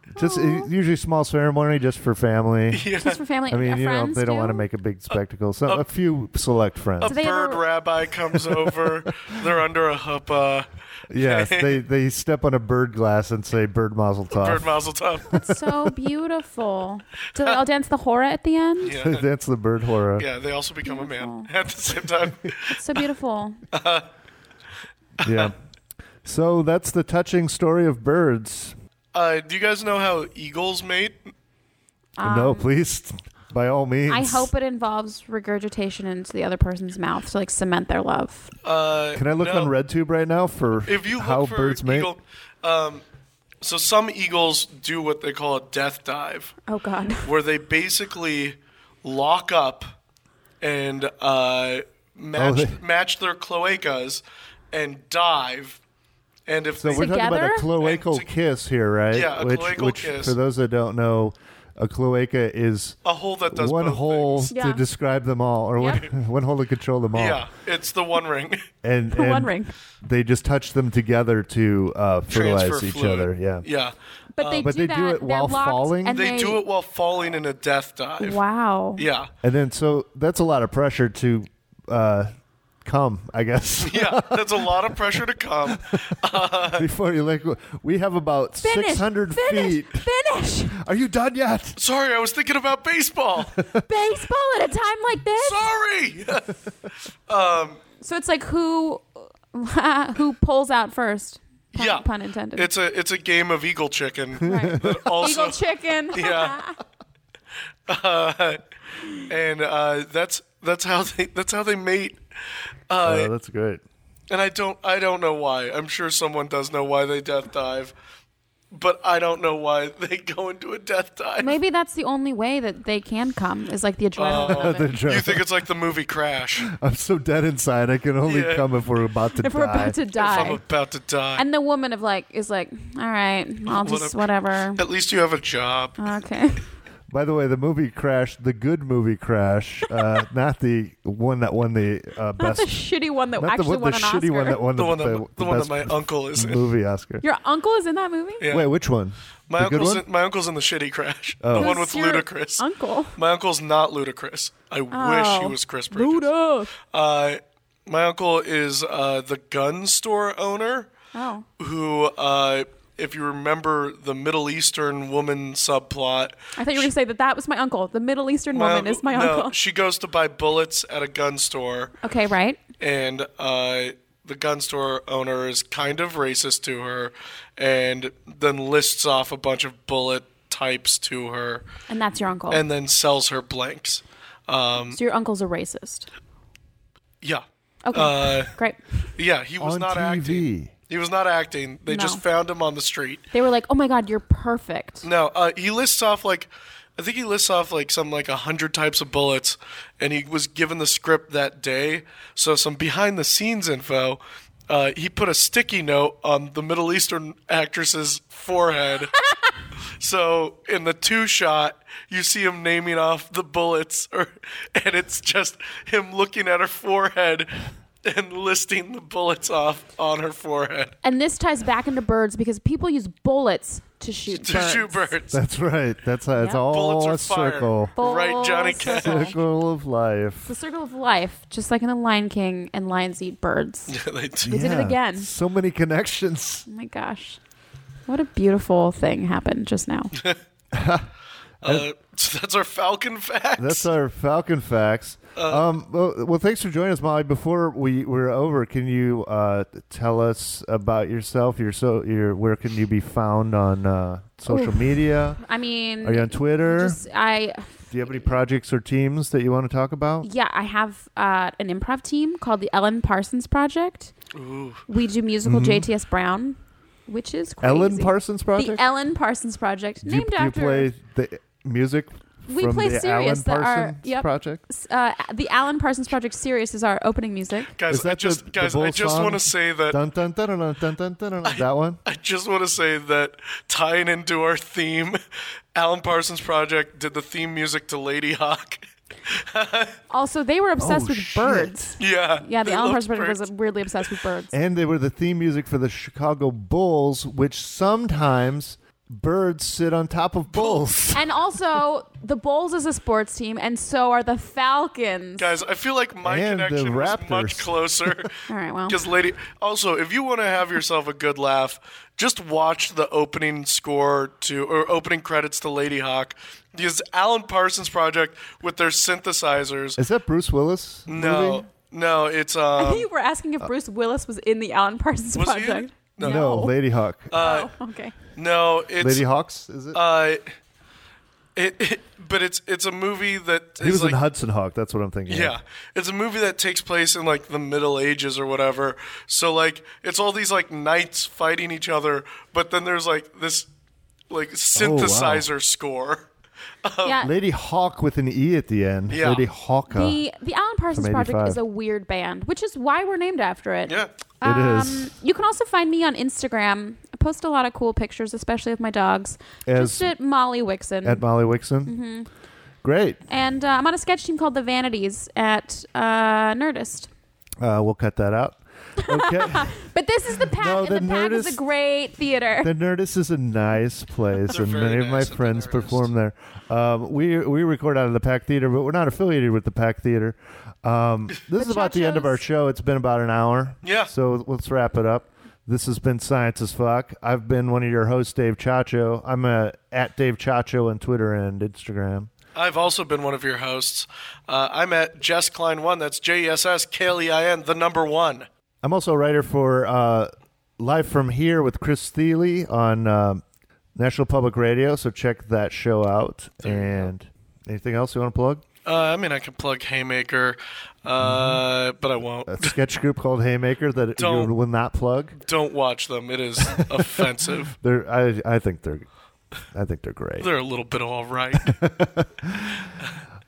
Speaker 5: Dude,
Speaker 4: just usually small ceremony just for family.
Speaker 1: Just for family.
Speaker 4: I mean,
Speaker 1: uh,
Speaker 4: you know,
Speaker 1: friends
Speaker 4: they don't
Speaker 1: do? Uh,
Speaker 4: want to make a big spectacle. So a few select friends.
Speaker 5: a
Speaker 1: they ever-
Speaker 5: bird rabbi comes over. They're under a huppah.
Speaker 4: Yes, they they step on a bird glass and say bird mazel tov.
Speaker 5: Bird mazel tov.
Speaker 1: so beautiful. Do they all dance the hora at the end?
Speaker 5: Yeah.
Speaker 4: That's the bird horror.
Speaker 5: yeah, they also become a man
Speaker 1: Beautiful.
Speaker 5: at the same time.
Speaker 1: It's so beautiful.
Speaker 4: Yeah. So that's the touching story of birds.
Speaker 5: Uh, do you guys know how eagles mate?
Speaker 4: no, please, by all means.
Speaker 1: Um, I hope it involves regurgitation into the other person's mouth to like cement their love.
Speaker 5: Uh,
Speaker 4: Can I look
Speaker 5: no.
Speaker 4: on RedTube right now for
Speaker 5: if you look
Speaker 4: how
Speaker 5: for
Speaker 4: birds mate?
Speaker 5: eagle, um, so some eagles do what they call a death dive,
Speaker 1: Oh God.
Speaker 5: where they basically lock up and uh, match
Speaker 4: Oh, they-
Speaker 5: match their cloacas and dive. And if
Speaker 4: So
Speaker 5: they,
Speaker 4: we're talking about a
Speaker 1: Together?
Speaker 4: cloacal
Speaker 5: And to-
Speaker 4: kiss here, right?
Speaker 5: Yeah, a
Speaker 4: which,
Speaker 5: cloacal
Speaker 4: which,
Speaker 5: kiss.
Speaker 4: For those that don't know, a cloaca is
Speaker 5: a hole that does
Speaker 4: one
Speaker 5: both
Speaker 4: hole
Speaker 5: things.
Speaker 4: to
Speaker 1: Yeah.
Speaker 4: describe them all, or one, one hole to control them all.
Speaker 5: Yeah, it's the One Ring.
Speaker 4: and,
Speaker 1: One
Speaker 4: and
Speaker 1: ring.
Speaker 4: They just touch them together to uh, fertilize
Speaker 5: Transfer
Speaker 4: each
Speaker 5: fluid.
Speaker 4: other. Yeah.
Speaker 5: yeah.
Speaker 1: But they
Speaker 4: But
Speaker 1: do
Speaker 4: they
Speaker 1: that.
Speaker 4: do it
Speaker 1: They're
Speaker 4: while
Speaker 1: locked
Speaker 4: falling?
Speaker 1: And
Speaker 5: Um, They
Speaker 1: they,
Speaker 5: do it while falling in a death dive.
Speaker 1: Wow.
Speaker 5: Yeah.
Speaker 4: And then so that's a lot of pressure to uh, come, I guess.
Speaker 5: Yeah, that's a lot of pressure to come.
Speaker 4: Before you like, we have about
Speaker 1: Finish.
Speaker 4: 600
Speaker 1: finish,
Speaker 4: feet.
Speaker 1: Finish.
Speaker 4: Are you done yet?
Speaker 5: Sorry, I was thinking about baseball.
Speaker 1: Baseball at a time like this.
Speaker 5: Sorry.
Speaker 1: So it's like who who pulls out first? Pun,
Speaker 5: yeah.
Speaker 1: Pun intended.
Speaker 5: It's a it's a game of eagle chicken.
Speaker 1: Right.
Speaker 5: But also,
Speaker 1: Eagle chicken.
Speaker 5: Yeah. uh, and uh, that's that's how they that's how they mate. uh,
Speaker 4: Oh, that's great.
Speaker 5: And I don't I don't know why. I'm sure someone does know why they death dive, but I don't know why they go into a death dive.
Speaker 1: Maybe that's the only way that they can come is like the
Speaker 5: Oh,
Speaker 1: adrenaline of it.
Speaker 5: You think it's like the movie Crash?
Speaker 4: I'm so dead inside. I can only
Speaker 5: Yeah.
Speaker 4: come if we're about to
Speaker 1: If
Speaker 4: die.
Speaker 1: we're about to
Speaker 5: I'm
Speaker 1: die.
Speaker 5: about to die.
Speaker 1: And the woman of like is like, all right, I'll
Speaker 5: What
Speaker 1: just
Speaker 5: a-
Speaker 1: whatever.
Speaker 5: At least you have a job.
Speaker 1: Okay.
Speaker 4: By the way, the movie Crash, the good movie Crash, uh, not the one that won the uh,
Speaker 1: Not
Speaker 4: best.
Speaker 1: the shitty one that
Speaker 4: not
Speaker 1: actually
Speaker 4: the, one,
Speaker 1: won
Speaker 4: the
Speaker 1: an
Speaker 4: shitty
Speaker 1: Oscar.
Speaker 4: one that won
Speaker 5: The
Speaker 4: the,
Speaker 5: one that
Speaker 4: the
Speaker 5: the one that
Speaker 4: best
Speaker 5: my uncle is in.
Speaker 4: movie Oscar.
Speaker 1: Your uncle is in that movie?
Speaker 5: Yeah.
Speaker 4: Wait, which one?
Speaker 5: My
Speaker 4: the good
Speaker 5: uncle's
Speaker 4: one? Oh.
Speaker 5: in, my uncle's in the shitty Crash. The
Speaker 1: Who's
Speaker 5: one with
Speaker 1: your
Speaker 5: Ludacris.
Speaker 1: Uncle. Oh.
Speaker 5: My uncle's not Ludacris. I wish he was Chris Bridges.
Speaker 1: Luda.
Speaker 5: Uh, my uncle is uh, the gun store owner
Speaker 1: Oh.
Speaker 5: who, uh, if you remember the Middle Eastern woman subplot,
Speaker 1: I thought you were going to say that that was my uncle. The Middle Eastern
Speaker 5: my
Speaker 1: woman
Speaker 5: uncle-
Speaker 1: is my
Speaker 5: no,
Speaker 1: uncle.
Speaker 5: She goes to buy bullets at a gun store,
Speaker 1: okay, right?
Speaker 5: and uh, the gun store owner is kind of racist to her, and then lists off a bunch of bullet types to her,
Speaker 1: And that's your uncle.
Speaker 5: and then sells her blanks.
Speaker 1: so your uncle's a racist.
Speaker 5: Yeah,
Speaker 1: Okay.
Speaker 5: Uh,
Speaker 1: Great.
Speaker 5: yeah, he was
Speaker 4: On
Speaker 5: not acting.
Speaker 4: TV.
Speaker 5: He was not acting. They
Speaker 1: No.
Speaker 5: just found him on the street.
Speaker 1: They were like, "Oh my God, you're perfect."
Speaker 5: No, uh, he lists off like, I think he lists off like some like a hundred types of bullets, and he was given the script that day. So some behind the scenes info. Uh, he put a sticky note on the Middle Eastern actress's forehead. so in the two shot, you see him naming off the bullets, or, and it's just him looking at her forehead and listing the bullets off on her forehead
Speaker 1: And this ties back into birds because people use bullets to shoot
Speaker 5: to
Speaker 1: birds.
Speaker 5: shoot birds.
Speaker 4: That's right. That's how it's
Speaker 1: Yeah.
Speaker 4: all
Speaker 5: Bullets
Speaker 4: a
Speaker 5: are fire.
Speaker 4: circle.
Speaker 1: Full
Speaker 5: Right, Johnny Cash.
Speaker 1: circle.
Speaker 4: Circle of life.
Speaker 1: The circle of life, just like in The Lion King, and lions eat birds.
Speaker 5: They do.
Speaker 1: We did it
Speaker 4: Yeah.
Speaker 1: again.
Speaker 4: So many connections.
Speaker 1: Oh my gosh, what a beautiful thing happened just now.
Speaker 5: Uh, so that's our Falcon fact.
Speaker 4: That's our Falcon facts.
Speaker 5: Uh.
Speaker 4: um, well, well, thanks for joining us, Molly. Before we we're over, can you uh, tell us about yourself? Your so your where can you be found on uh, social media?
Speaker 1: I mean,
Speaker 4: Are you on Twitter?
Speaker 1: Oh. Mm, just- I
Speaker 4: Do you have any projects or teams that you want to talk about?
Speaker 1: yeah, I have uh, an improv team called the Ellen Parsons Project. We do musical JTS Brown, which is crazy.
Speaker 4: Mm-hmm. Ellen Parsons Project.
Speaker 1: The Ellen Parsons Project,
Speaker 4: do you,
Speaker 1: named
Speaker 4: do you
Speaker 1: after
Speaker 4: play the music
Speaker 1: We
Speaker 4: from
Speaker 1: play
Speaker 4: the
Speaker 1: Sirius, the-
Speaker 4: Alan
Speaker 1: our-
Speaker 4: Parsons
Speaker 1: yep.
Speaker 4: Project?
Speaker 1: uh, the Alan Parsons Project series is our opening music.
Speaker 5: guys,
Speaker 4: Is that
Speaker 5: I just
Speaker 4: the- the
Speaker 5: guys,
Speaker 4: bull
Speaker 5: I just
Speaker 4: song?
Speaker 5: want to say that
Speaker 4: Dun dun dun dun dun dun dun dun. dun. That one.
Speaker 5: I just want to say that tying into our theme, Alan Parsons Project did the theme music to Lady Hawk.
Speaker 1: Also, they were obsessed
Speaker 4: Oh,
Speaker 1: with
Speaker 4: shit.
Speaker 1: birds.
Speaker 5: yeah.
Speaker 1: Yeah, the
Speaker 5: they
Speaker 1: Alan
Speaker 5: loved
Speaker 1: Parsons Project was
Speaker 5: birds.
Speaker 1: weirdly obsessed with birds.
Speaker 4: and they were the theme music for the Chicago Bulls, which sometimes birds sit on top of bulls.
Speaker 1: And also, the Bulls is a sports team, and so are the Falcons.
Speaker 5: Guys, I feel like my
Speaker 4: And the
Speaker 5: connection was much
Speaker 4: Raptors.
Speaker 5: closer.
Speaker 1: All right, well,
Speaker 5: Because lady, also, if you want to have yourself a good laugh, just watch the opening score to or opening credits to Lady Hawk, because Alan Parsons Project with their synthesizers.
Speaker 4: Is that Bruce Willis?
Speaker 5: No,
Speaker 4: movie?
Speaker 5: no, it's
Speaker 1: I
Speaker 5: um,
Speaker 1: think you were asking if Bruce Willis was in the Alan Parsons
Speaker 5: was he in
Speaker 1: Project.
Speaker 5: it?
Speaker 4: no, Uh, Lady Hawk.
Speaker 1: oh, okay.
Speaker 5: no, it's
Speaker 4: Lady Hawks is it?
Speaker 5: uh, it, it, but it's it's a movie that
Speaker 4: he
Speaker 5: is
Speaker 4: was
Speaker 5: like,
Speaker 4: in Hudson Hawk. That's what I'm thinking. of.
Speaker 5: Yeah, it's a movie that takes place in like the Middle Ages or whatever. So like, it's all these like knights fighting each other, but then there's like this like
Speaker 4: Oh,
Speaker 5: synthesizer score. Oh.
Speaker 1: Yeah,
Speaker 4: Lady Hawk with an e at the end.
Speaker 5: Yeah.
Speaker 4: Lady Hawker.
Speaker 1: the the Alan Parsons
Speaker 4: From
Speaker 1: Project
Speaker 4: 85.
Speaker 1: is a weird band, which is why we're named after it.
Speaker 5: Yeah,
Speaker 4: It
Speaker 1: Um,
Speaker 4: is.
Speaker 1: You can also find me on Instagram. I post a lot of cool pictures, especially of my dogs.
Speaker 4: As-
Speaker 1: Just at Molly Wixon.
Speaker 4: at Molly Wixon.
Speaker 1: Mm-hmm.
Speaker 4: Great.
Speaker 1: and uh, I'm on a sketch team called The Vanities at uh, Nerdist.
Speaker 4: Uh, we'll cut that out. Okay.
Speaker 1: But this is the pack,
Speaker 4: No,
Speaker 1: and the,
Speaker 4: the
Speaker 1: pack is
Speaker 4: Nerdist-
Speaker 1: a great theater.
Speaker 4: the Nerdist is a nice place,
Speaker 5: They're
Speaker 4: and
Speaker 5: very
Speaker 4: many of my
Speaker 5: nice at the
Speaker 4: friends
Speaker 5: Nerdist.
Speaker 4: perform there. Um, we we record out of the Pack Theater, but we're not affiliated with the Pack Theater. Um, this is about the end of
Speaker 1: Bachachos.
Speaker 4: our show. It's been about an hour.
Speaker 5: Yeah.
Speaker 4: So let's wrap it up. This has been Science as Fuck. I've been one of your hosts, Dave Chacho. I'm uh, at Dave Chacho on Twitter and Instagram.
Speaker 5: I've also been one of your hosts. Uh, I'm at Jess Klein One. That's J E S S K L E I N, the number one.
Speaker 4: I'm also a writer for uh, Live from Here with Chris Thiele on um National Public Radio, so check that show out. and anything else you want to plug?
Speaker 5: Uh, I mean, I can plug Haymaker,
Speaker 4: Mm-hmm.
Speaker 5: uh, but I won't.
Speaker 4: A sketch group called Haymaker that
Speaker 5: Don't.
Speaker 4: you will not plug.
Speaker 5: Don't watch them. It is offensive.
Speaker 4: They're I, I think they're I think they're great.
Speaker 5: They're a little bit all right.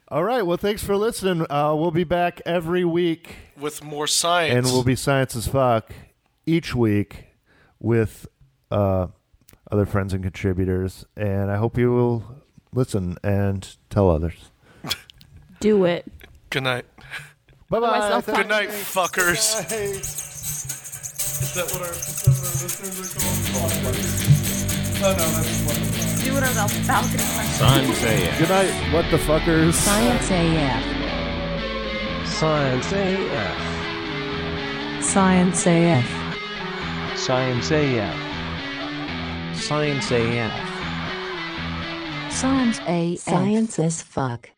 Speaker 4: All right, well thanks for listening. Uh, we'll be back every week,
Speaker 5: With more science.
Speaker 4: and we'll be science as fuck each week with uh, other friends and contributors. And I hope you will listen and tell others.
Speaker 1: Do it.
Speaker 5: Good night.
Speaker 4: Bye
Speaker 1: Otherwise
Speaker 4: bye.
Speaker 1: they'll
Speaker 5: Good night, fuckers.
Speaker 1: Do it or they'll
Speaker 3: Science AF.
Speaker 4: Good night, what the fuckers.
Speaker 2: Science AF.
Speaker 3: Science AF.
Speaker 2: Science AF.
Speaker 3: Science AF. Science AF.
Speaker 2: Science AF. Science as fuck.